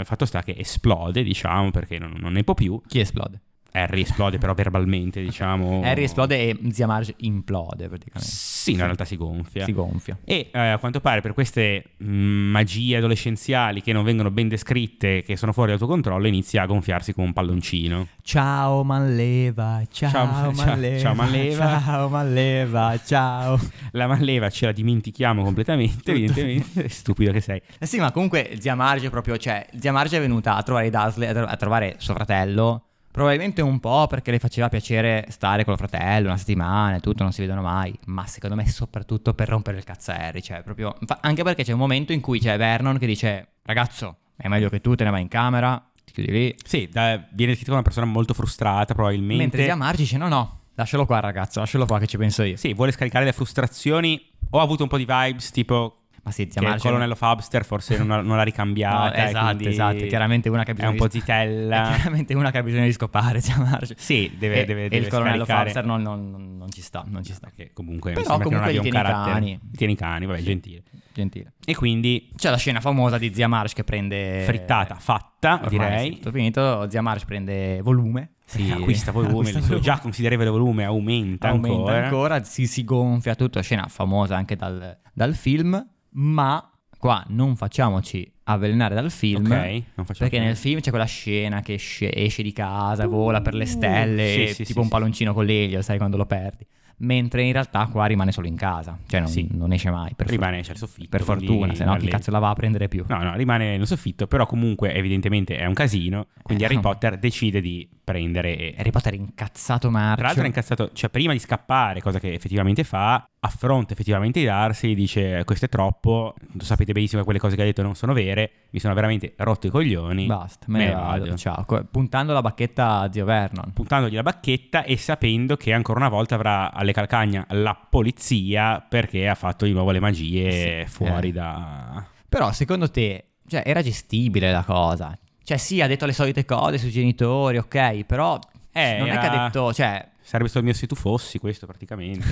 [SPEAKER 2] eh, fatto sta che esplode, diciamo, perché non, non ne può più.
[SPEAKER 1] Chi esplode?
[SPEAKER 2] Harry esplode, però verbalmente, diciamo.
[SPEAKER 1] Harry esplode e zia Marge implode praticamente.
[SPEAKER 2] Sì, in realtà si gonfia.
[SPEAKER 1] Si gonfia.
[SPEAKER 2] E eh, a quanto pare per queste mh, magie adolescenziali che non vengono ben descritte, che sono fuori dal tuo controllo, inizia a gonfiarsi come un palloncino.
[SPEAKER 1] Ciao Manleva, ciao,
[SPEAKER 2] Ciao, ciao,
[SPEAKER 1] Manleva,
[SPEAKER 2] ciao, Manleva.
[SPEAKER 1] ciao Manleva, ciao.
[SPEAKER 2] La manleva ce la dimentichiamo completamente, evidentemente. Stupido che sei.
[SPEAKER 1] Eh sì, ma comunque zia Marge è proprio, cioè, zia Marge è venuta a trovare i Dursley, a, tro- a trovare suo fratello, probabilmente un po' perché le faceva piacere stare col fratello una settimana e tutto, non si vedono mai, ma secondo me soprattutto per rompere il cazzo a Harry, cioè, proprio, infa- anche perché c'è un momento in cui c'è Vernon che dice, ragazzo, è meglio che tu te ne vai in camera, ti chiudi lì,
[SPEAKER 2] Sì, da- viene descritto come una persona molto frustrata, probabilmente.
[SPEAKER 1] mentre zia Marge dice, no no, lascialo qua ragazzo, lascialo qua che ci penso io.
[SPEAKER 2] Sì, vuole scaricare le frustrazioni. Ho avuto un po' di vibes, tipo
[SPEAKER 1] Ma sì, zia
[SPEAKER 2] che il
[SPEAKER 1] Marge...
[SPEAKER 2] colonnello Fabster forse non, ha- non l'ha
[SPEAKER 1] No,
[SPEAKER 2] ricambiata. e
[SPEAKER 1] esatto,
[SPEAKER 2] quindi
[SPEAKER 1] esatto, chiaramente una che ha
[SPEAKER 2] È
[SPEAKER 1] bisogno
[SPEAKER 2] un po'
[SPEAKER 1] di-
[SPEAKER 2] zitella.
[SPEAKER 1] È chiaramente una che ha bisogno di scopare, zia Marge.
[SPEAKER 2] Sì, deve,
[SPEAKER 1] e,
[SPEAKER 2] deve,
[SPEAKER 1] eh, e
[SPEAKER 2] deve
[SPEAKER 1] il colonnello
[SPEAKER 2] scaricare.
[SPEAKER 1] Fabster non, non- non- non ci sta, non ci sta.
[SPEAKER 2] Che comunque
[SPEAKER 1] Però
[SPEAKER 2] mi sembra
[SPEAKER 1] comunque
[SPEAKER 2] che non
[SPEAKER 1] li
[SPEAKER 2] abbia un
[SPEAKER 1] tieni
[SPEAKER 2] carattere.
[SPEAKER 1] cani.
[SPEAKER 2] Li Tieni cani, vabbè, gentile.
[SPEAKER 1] Gentile.
[SPEAKER 2] E quindi
[SPEAKER 1] C'è la scena famosa di zia Marge che prende...
[SPEAKER 2] frittata fatta,
[SPEAKER 1] Ormai, sì,
[SPEAKER 2] direi.
[SPEAKER 1] tutto finito, zia Marge prende volume.
[SPEAKER 2] Sì,
[SPEAKER 1] perché-
[SPEAKER 2] acquista volume,
[SPEAKER 1] acquista
[SPEAKER 2] il suo già considerevole volume aumenta,
[SPEAKER 1] aumenta ancora,
[SPEAKER 2] ancora.
[SPEAKER 1] si, si gonfia tutto, scena famosa anche dal, dal film, ma qua non facciamoci avvelenare dal film.
[SPEAKER 2] Ok, non facciamo
[SPEAKER 1] Perché nel film c'è quella scena che esce, esce di casa, vola per le stelle,
[SPEAKER 2] sì,
[SPEAKER 1] e
[SPEAKER 2] sì, sì,
[SPEAKER 1] tipo un
[SPEAKER 2] sì.
[SPEAKER 1] palloncino con l'elio, sai quando lo perdi. Mentre in realtà qua rimane solo in casa, cioè non,
[SPEAKER 2] Sì.
[SPEAKER 1] non esce mai. Per, for-
[SPEAKER 2] rimane c'è il soffitto.
[SPEAKER 1] per
[SPEAKER 2] quindi
[SPEAKER 1] fortuna, se no chi
[SPEAKER 2] alle-
[SPEAKER 1] cazzo la va a prendere più?
[SPEAKER 2] No, no, rimane nel soffitto, però comunque evidentemente è un casino, quindi
[SPEAKER 1] Eh,
[SPEAKER 2] Harry
[SPEAKER 1] no.
[SPEAKER 2] Potter decide di prendere e
[SPEAKER 1] Harry Potter è incazzato marcio.
[SPEAKER 2] Tra l'altro è incazzato, cioè prima di scappare, cosa che effettivamente fa, affronta effettivamente i Darsi, dice questo è troppo, lo sapete benissimo che quelle cose che ha detto non sono vere, mi sono veramente rotto i coglioni.
[SPEAKER 1] Basta, me, ne vado, ciao. Co- Puntando la bacchetta a zio Vernon.
[SPEAKER 2] Puntandogli la bacchetta e sapendo che ancora una volta avrà alle calcagna la polizia perché ha fatto di nuovo le magie
[SPEAKER 1] Sì,
[SPEAKER 2] fuori
[SPEAKER 1] eh.
[SPEAKER 2] da...
[SPEAKER 1] Però secondo te, cioè, era gestibile la cosa? Cioè sì, ha detto le solite cose sui genitori, ok, però
[SPEAKER 2] Eh,
[SPEAKER 1] non è che
[SPEAKER 2] era-
[SPEAKER 1] ha detto, cioè...
[SPEAKER 2] Sarebbe stato il mio se tu fossi questo praticamente.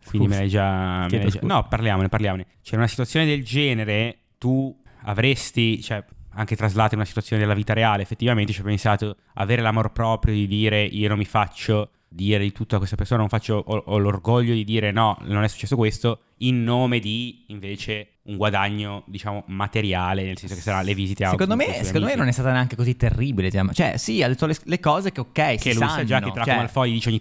[SPEAKER 2] Quindi me
[SPEAKER 1] Scusa.
[SPEAKER 2] l'hai già. me
[SPEAKER 1] Chiedo
[SPEAKER 2] l'hai già-
[SPEAKER 1] scusa.
[SPEAKER 2] No, parliamone, parliamone. Cioè, in una situazione del genere, tu avresti, cioè, anche traslata in una situazione della vita reale, effettivamente ci ho pensato, avere l'amor proprio di dire io non mi faccio dire di tutto a questa persona, non faccio, ho, ho l'orgoglio di dire no, non è successo questo, in nome di invece un guadagno, diciamo, materiale, nel senso che sarà le visite a
[SPEAKER 1] Secondo me, secondo me non è stata neanche così terribile. diciamo. Cioè, sì, ha detto le, le cose che ok,
[SPEAKER 2] che
[SPEAKER 1] si
[SPEAKER 2] lui sa
[SPEAKER 1] sanno,
[SPEAKER 2] già che Draco
[SPEAKER 1] cioè-
[SPEAKER 2] Malfoy dice ogni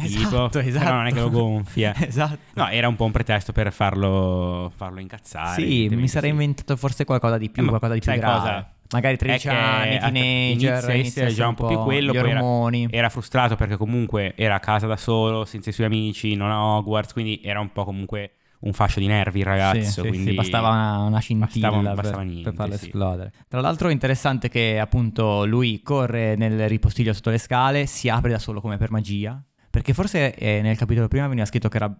[SPEAKER 1] Esatto,
[SPEAKER 2] tipo,
[SPEAKER 1] esatto.
[SPEAKER 2] però non è che lo gonfia.
[SPEAKER 1] esatto.
[SPEAKER 2] No, era un po' un pretesto per farlo, farlo incazzare.
[SPEAKER 1] sì,
[SPEAKER 2] evidentemente,
[SPEAKER 1] mi sarei
[SPEAKER 2] Ah, sì.
[SPEAKER 1] inventato forse qualcosa di più,
[SPEAKER 2] Eh, ma
[SPEAKER 1] qualcosa di più
[SPEAKER 2] sai
[SPEAKER 1] grave.
[SPEAKER 2] cosa?
[SPEAKER 1] Magari 13
[SPEAKER 2] È che
[SPEAKER 1] anni,
[SPEAKER 2] a-
[SPEAKER 1] teenager,
[SPEAKER 2] inizia a essere già un po' più quello,
[SPEAKER 1] gli
[SPEAKER 2] poi era- Eh,
[SPEAKER 1] ormoni.
[SPEAKER 2] Era frustrato perché comunque era a casa da solo, senza i suoi amici, non a Hogwarts, quindi era un po' comunque un fascio di nervi il ragazzo.
[SPEAKER 1] Sì, sì, sì,
[SPEAKER 2] quindi
[SPEAKER 1] bastava una, una scintilla
[SPEAKER 2] bastava-
[SPEAKER 1] per-
[SPEAKER 2] bastava
[SPEAKER 1] per,
[SPEAKER 2] niente,
[SPEAKER 1] farlo
[SPEAKER 2] sì.
[SPEAKER 1] esplodere. Tra l'altro è interessante che appunto lui corre nel ripostiglio sotto le scale, si apre da solo come per magia. Perché forse eh, nel capitolo prima veniva scritto che era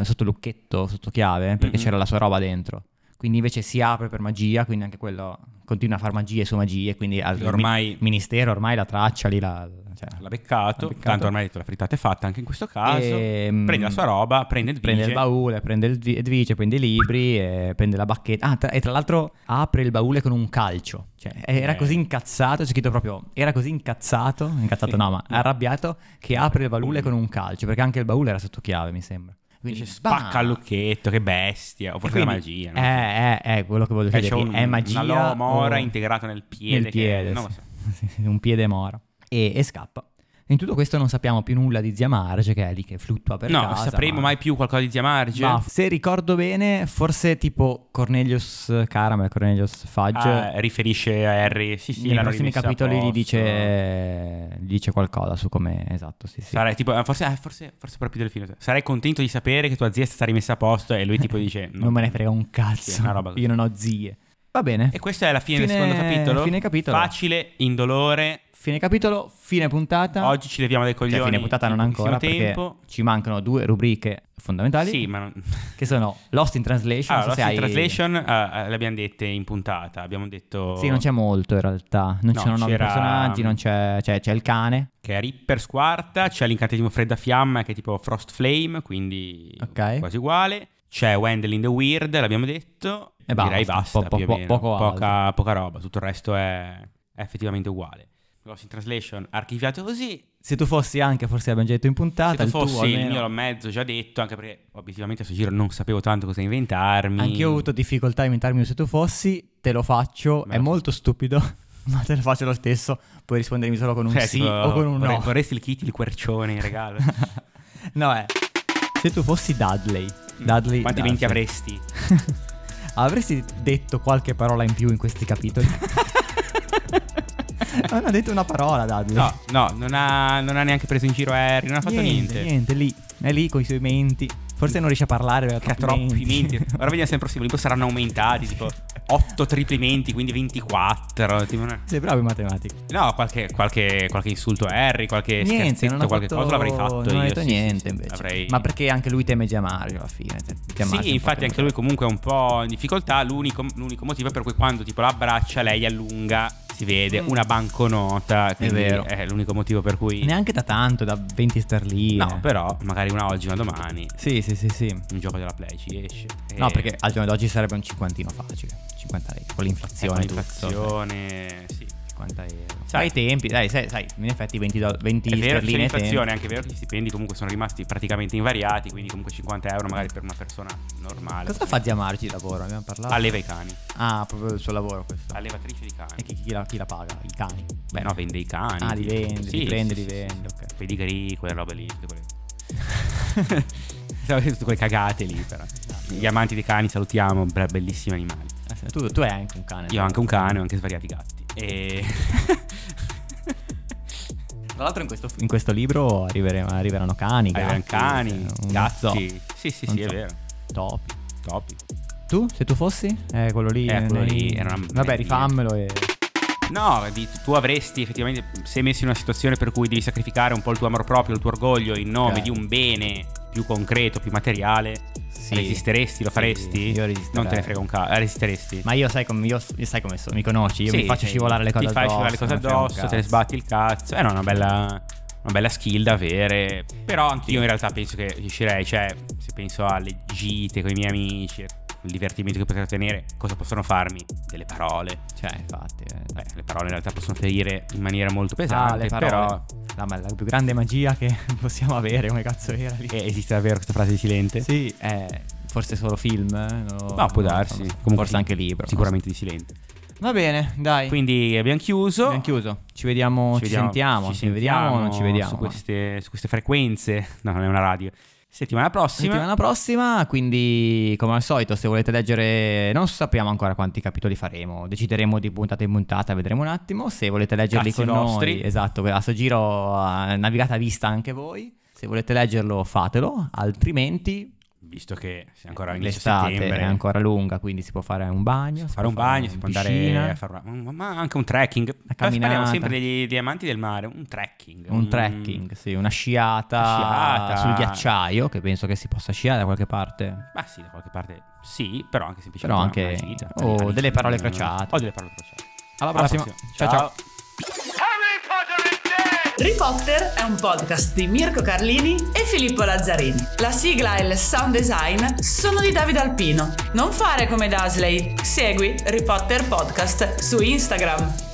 [SPEAKER 1] eh, sotto lucchetto, sotto chiave, eh, perché
[SPEAKER 2] Mm-mm.
[SPEAKER 1] c'era la sua roba dentro. Quindi invece si apre per magia, quindi anche quello continua a fare magie su magie, quindi al
[SPEAKER 2] Ormai-
[SPEAKER 1] mi- ministero ormai la traccia lì la... cioè,
[SPEAKER 2] L'ha beccato,
[SPEAKER 1] L'ha beccato.
[SPEAKER 2] tanto ormai ha detto la frittata è fatta anche in questo caso.
[SPEAKER 1] Ehm,
[SPEAKER 2] prende la sua roba, prende il
[SPEAKER 1] prende il
[SPEAKER 2] vige.
[SPEAKER 1] baule, prende il vi- il vice, prende i libri, e prende la bacchetta. Ah, tra- e tra l'altro apre il baule con un calcio. Cioè, era
[SPEAKER 2] Eh.
[SPEAKER 1] così incazzato, c'è scritto proprio, era così incazzato, incazzato no,
[SPEAKER 2] Mm.
[SPEAKER 1] ma arrabbiato, che apre il baule con un calcio, perché anche il baule era sotto chiave, mi sembra. Quindi
[SPEAKER 2] Dice, spacca
[SPEAKER 1] bam!
[SPEAKER 2] il lucchetto, che bestia. O
[SPEAKER 1] E
[SPEAKER 2] forse
[SPEAKER 1] quindi-
[SPEAKER 2] la magia. no?
[SPEAKER 1] Eh, eh, eh, quello che voglio
[SPEAKER 2] Eh,
[SPEAKER 1] dire.
[SPEAKER 2] c'è un-
[SPEAKER 1] è magia.
[SPEAKER 2] una lomora
[SPEAKER 1] o-
[SPEAKER 2] integrata nel piede
[SPEAKER 1] Nel
[SPEAKER 2] che-
[SPEAKER 1] piede,
[SPEAKER 2] non lo
[SPEAKER 1] sì. Sì, un piede mora. E, e scappa. In tutto questo non sappiamo più nulla di zia Marge, che è lì che fluttua per
[SPEAKER 2] no,
[SPEAKER 1] casa.
[SPEAKER 2] sapremo
[SPEAKER 1] ma-
[SPEAKER 2] mai più qualcosa di zia Marge?
[SPEAKER 1] Ma se ricordo bene, forse tipo Cornelius Caramel, Cornelius Fudge.
[SPEAKER 2] Ah, riferisce a Harry. Sì, sì,
[SPEAKER 1] nei
[SPEAKER 2] l'hanno
[SPEAKER 1] prossimi
[SPEAKER 2] rimessa a
[SPEAKER 1] capitoli gli
[SPEAKER 2] posto.
[SPEAKER 1] dice, gli dice qualcosa su come esatto, sì, sì.
[SPEAKER 2] Sarei tipo, eh, forse, eh, forse, forse proprio del film. Sarei contento di sapere che tua zia è stata rimessa a posto. E lui, tipo, dice: no.
[SPEAKER 1] non me ne frega un cazzo.
[SPEAKER 2] Sì, una roba così.
[SPEAKER 1] Io non ho zie. Va bene.
[SPEAKER 2] E questa è la fine,
[SPEAKER 1] Fine-
[SPEAKER 2] del secondo capitolo.
[SPEAKER 1] fine capitolo.
[SPEAKER 2] Facile, indolore.
[SPEAKER 1] Fine capitolo, fine puntata.
[SPEAKER 2] Oggi ci leviamo dai coglioni.
[SPEAKER 1] cioè, fine puntata
[SPEAKER 2] in
[SPEAKER 1] non
[SPEAKER 2] pochissimo
[SPEAKER 1] ancora
[SPEAKER 2] tempo.
[SPEAKER 1] perché ci mancano due rubriche fondamentali
[SPEAKER 2] Sì, ma non...
[SPEAKER 1] che sono Lost in Translation,
[SPEAKER 2] Allora,
[SPEAKER 1] non so
[SPEAKER 2] Lost in
[SPEAKER 1] Diciamo se hai-
[SPEAKER 2] Translation eh, eh, le abbiamo dette in puntata. Abbiamo detto
[SPEAKER 1] Sì, non c'è molto in realtà, non
[SPEAKER 2] No,
[SPEAKER 1] ci sono nuovi
[SPEAKER 2] c'era-
[SPEAKER 1] personaggi, non c'è, cioè, c'è il cane,
[SPEAKER 2] che è Ripper Squarta, c'è l'incantesimo Fredda Fiamma che è tipo Frost Flame, quindi
[SPEAKER 1] Ok.
[SPEAKER 2] quasi uguale. C'è Wendell in the Weird, l'abbiamo detto.
[SPEAKER 1] E basta,
[SPEAKER 2] Direi basta,
[SPEAKER 1] po- po-
[SPEAKER 2] più o
[SPEAKER 1] po-
[SPEAKER 2] meno.
[SPEAKER 1] poco
[SPEAKER 2] poca, poca roba, tutto il resto è, è effettivamente uguale. Lost in Translation archiviato così.
[SPEAKER 1] Se tu fossi anche, forse l'abbiamo già detto in puntata,
[SPEAKER 2] Se tu
[SPEAKER 1] il Ah, tuo
[SPEAKER 2] fossi il
[SPEAKER 1] almeno.
[SPEAKER 2] mio l'ho mezzo già detto, anche perché obiettivamente a questo giro non sapevo tanto cosa inventarmi.
[SPEAKER 1] Anche io ho avuto difficoltà a inventarmi un se tu fossi, te lo faccio,
[SPEAKER 2] Me
[SPEAKER 1] è
[SPEAKER 2] lo-
[SPEAKER 1] molto stupido, ma te lo faccio lo stesso, puoi rispondermi solo con un
[SPEAKER 2] Cioè,
[SPEAKER 1] sì
[SPEAKER 2] tipo,
[SPEAKER 1] o con un
[SPEAKER 2] vorrei-
[SPEAKER 1] no.
[SPEAKER 2] Vorresti il kit, il quercione in regalo?
[SPEAKER 1] No, è se tu fossi Dudley, Dudley Darcy.
[SPEAKER 2] Quanti venti avresti?
[SPEAKER 1] Avresti detto qualche parola in più in questi capitoli? non Ah, ha detto una parola Dudley.
[SPEAKER 2] No, no, non ha, non ha neanche preso in giro Harry, non ha fatto
[SPEAKER 1] niente, niente, lì, è lì con i suoi menti. Forse non riesce a parlare perché
[SPEAKER 2] Che ha troppi menti. Ora vediamo se nel prossimo libro saranno aumentati, tipo 8 triplimenti, quindi 24. tipo una-
[SPEAKER 1] Sei bravo in matematica.
[SPEAKER 2] No, qualche, qualche- qualche insulto a Harry, qualche
[SPEAKER 1] niente, non
[SPEAKER 2] scherzetto,
[SPEAKER 1] ha
[SPEAKER 2] cioè, qualche
[SPEAKER 1] fatto-
[SPEAKER 2] cosa l'avrei fatto.
[SPEAKER 1] Non
[SPEAKER 2] io,
[SPEAKER 1] ha detto
[SPEAKER 2] sì, sì,
[SPEAKER 1] niente
[SPEAKER 2] sì,
[SPEAKER 1] invece.
[SPEAKER 2] avrei-
[SPEAKER 1] Ma perché anche lui teme Gia Mario alla fine. cioè, Gia Mario è
[SPEAKER 2] Sì,
[SPEAKER 1] un po'
[SPEAKER 2] infatti anche lui comunque è un po' in difficoltà. L'unico, l'unico motivo per cui quando tipo la abbraccia lei allunga, si vede una banconota. Quindi
[SPEAKER 1] Mm. vero.
[SPEAKER 2] È l'unico motivo per cui...
[SPEAKER 1] temeroso. Neanche da tanto, da 20 sterline.
[SPEAKER 2] No, però magari una oggi, una domani.
[SPEAKER 1] Sì, sì, sì, sì.
[SPEAKER 2] Un gioco della Play ci Eh, esce.
[SPEAKER 1] No,
[SPEAKER 2] E-
[SPEAKER 1] perché al giorno d'oggi sarebbe un cinquantino facile. 50 euro. Con
[SPEAKER 2] Eh, con
[SPEAKER 1] l'inflazione. tutto,
[SPEAKER 2] l'inflazione, sì.
[SPEAKER 1] sai, 50 euro.
[SPEAKER 2] Sai.
[SPEAKER 1] Sai i tempi, dai, sai, sai, in effetti 20, do- 20
[SPEAKER 2] È vero, che c'è
[SPEAKER 1] sterline.
[SPEAKER 2] l'inflazione, è anche vero che gli stipendi comunque sono rimasti praticamente invariati, quindi comunque 50 euro magari per una persona normale.
[SPEAKER 1] Cosa fa Zia Margi di lavoro? Abbiamo parlato.
[SPEAKER 2] Alleva i cani,
[SPEAKER 1] Ah, proprio del suo lavoro questo.
[SPEAKER 2] allevatrice di cani.
[SPEAKER 1] E chi, chi la, chi la paga? I cani.
[SPEAKER 2] Beh, no, vende i cani.
[SPEAKER 1] Ah, li
[SPEAKER 2] tipo.
[SPEAKER 1] vende, li prende, li vende, ok.
[SPEAKER 2] Pedigree, quelle robe lì, tutte quelle. Stavo tutte quelle cagate lì, però. Gli amanti dei cani salutiamo, be- bellissimi animali.
[SPEAKER 1] Ah, sì, Tu, tu hai anche un cane.
[SPEAKER 2] Io ho anche un cane, ho anche svariati gatti. E
[SPEAKER 1] Tra l'altro in questo, in questo libro arrivere- arriveranno cani,
[SPEAKER 2] Arriveranno cani,
[SPEAKER 1] eh, un
[SPEAKER 2] gatti.
[SPEAKER 1] zoo.
[SPEAKER 2] Sì, sì,
[SPEAKER 1] Un
[SPEAKER 2] sì, è
[SPEAKER 1] zoo.
[SPEAKER 2] vero.
[SPEAKER 1] Topi.
[SPEAKER 2] topi.
[SPEAKER 1] Tu, se tu fossi? Eh, quello lì.
[SPEAKER 2] Eh, quello
[SPEAKER 1] eh,
[SPEAKER 2] lì era una-
[SPEAKER 1] Vabbè, rifammelo e...
[SPEAKER 2] No, di- tu avresti effettivamente, sei messo in una situazione per cui devi sacrificare un po' il tuo amor proprio, il tuo orgoglio in nome
[SPEAKER 1] Ok.
[SPEAKER 2] di un bene più concreto, più materiale.
[SPEAKER 1] Sì.
[SPEAKER 2] Resisteresti, lo
[SPEAKER 1] Sì,
[SPEAKER 2] faresti?
[SPEAKER 1] io resisterei.
[SPEAKER 2] Non te ne frega un cazzo, eh, resisteresti.
[SPEAKER 1] Ma io sai, come, io, io sai come sono, mi conosci, io
[SPEAKER 2] Sì,
[SPEAKER 1] mi faccio
[SPEAKER 2] sì,
[SPEAKER 1] scivolare le cose
[SPEAKER 2] Ti fai scivolare le
[SPEAKER 1] addosso,
[SPEAKER 2] cose
[SPEAKER 1] non mi frega un
[SPEAKER 2] addosso, te ne
[SPEAKER 1] cazzo.
[SPEAKER 2] sbatti il cazzo. Eh no, una bella, una una bella skill da avere. Però anche io in realtà penso che riuscirei, cioè, se penso alle gite con i miei amici, il divertimento che potrei ottenere, cosa possono farmi? Delle parole.
[SPEAKER 1] Cioè, infatti. eh,
[SPEAKER 2] Beh, le parole in realtà possono ferire in maniera molto
[SPEAKER 1] Ah,
[SPEAKER 2] pesante,
[SPEAKER 1] le parole.
[SPEAKER 2] però
[SPEAKER 1] No, ma è la più grande magia che possiamo avere, come cazzo era lì.
[SPEAKER 2] Eh, esiste davvero questa frase di silente?
[SPEAKER 1] Sì, eh, forse solo film. eh, No,
[SPEAKER 2] No, può
[SPEAKER 1] non
[SPEAKER 2] darsi.
[SPEAKER 1] so,
[SPEAKER 2] Comunque
[SPEAKER 1] forse
[SPEAKER 2] sì,
[SPEAKER 1] anche libro.
[SPEAKER 2] Sicuramente di silente.
[SPEAKER 1] Va bene, dai.
[SPEAKER 2] Quindi abbiamo chiuso.
[SPEAKER 1] Abbiamo chiuso. Ci vediamo, ci,
[SPEAKER 2] vediamo-
[SPEAKER 1] sentiamo, ci, vediamo o non ci vediamo.
[SPEAKER 2] Su queste, su queste frequenze. No, non è una radio. Settimana prossima.
[SPEAKER 1] Settimana prossima, quindi come al solito, se volete leggere, non sappiamo ancora quanti capitoli faremo, decideremo di puntata in puntata, vedremo un attimo. Se volete leggerli
[SPEAKER 2] Cazzi
[SPEAKER 1] con
[SPEAKER 2] vostri.
[SPEAKER 1] noi, esatto, a sto giro eh, navigate a vista anche voi. Se volete leggerlo, fatelo, altrimenti
[SPEAKER 2] Visto che è ancora inizio
[SPEAKER 1] l'estate
[SPEAKER 2] settembre.
[SPEAKER 1] è ancora lunga, quindi si può fare un bagno, si
[SPEAKER 2] Fare
[SPEAKER 1] può
[SPEAKER 2] un bagno,
[SPEAKER 1] in
[SPEAKER 2] si può andare
[SPEAKER 1] piscina.
[SPEAKER 2] a fare una- ma- ma anche un trekking. Ma
[SPEAKER 1] camminata.
[SPEAKER 2] Parliamo sempre degli degli amanti del mare, un trekking.
[SPEAKER 1] un trekking, sì, una sciata,
[SPEAKER 2] Sciata.
[SPEAKER 1] sul ghiacciaio, che penso che si possa sciare da qualche parte.
[SPEAKER 2] Ma sì, da qualche parte sì, però anche
[SPEAKER 1] Però
[SPEAKER 2] semplicemente
[SPEAKER 1] anche-
[SPEAKER 2] una gita,
[SPEAKER 1] o
[SPEAKER 2] una
[SPEAKER 1] delle
[SPEAKER 2] gita,
[SPEAKER 1] parole
[SPEAKER 2] una-
[SPEAKER 1] crociate.
[SPEAKER 2] O delle parole crociate.
[SPEAKER 1] Alla
[SPEAKER 2] Alla
[SPEAKER 1] prossima.
[SPEAKER 2] prossima.
[SPEAKER 1] Ciao ciao.
[SPEAKER 3] Harry Potter is dead!
[SPEAKER 5] Harry Potter è un podcast di Mirko Carlini e Filippo Lazzarini. La sigla e il sound design sono di Davide Alpino. Non fare come Dasley, segui Harry Potter Podcast su Instagram.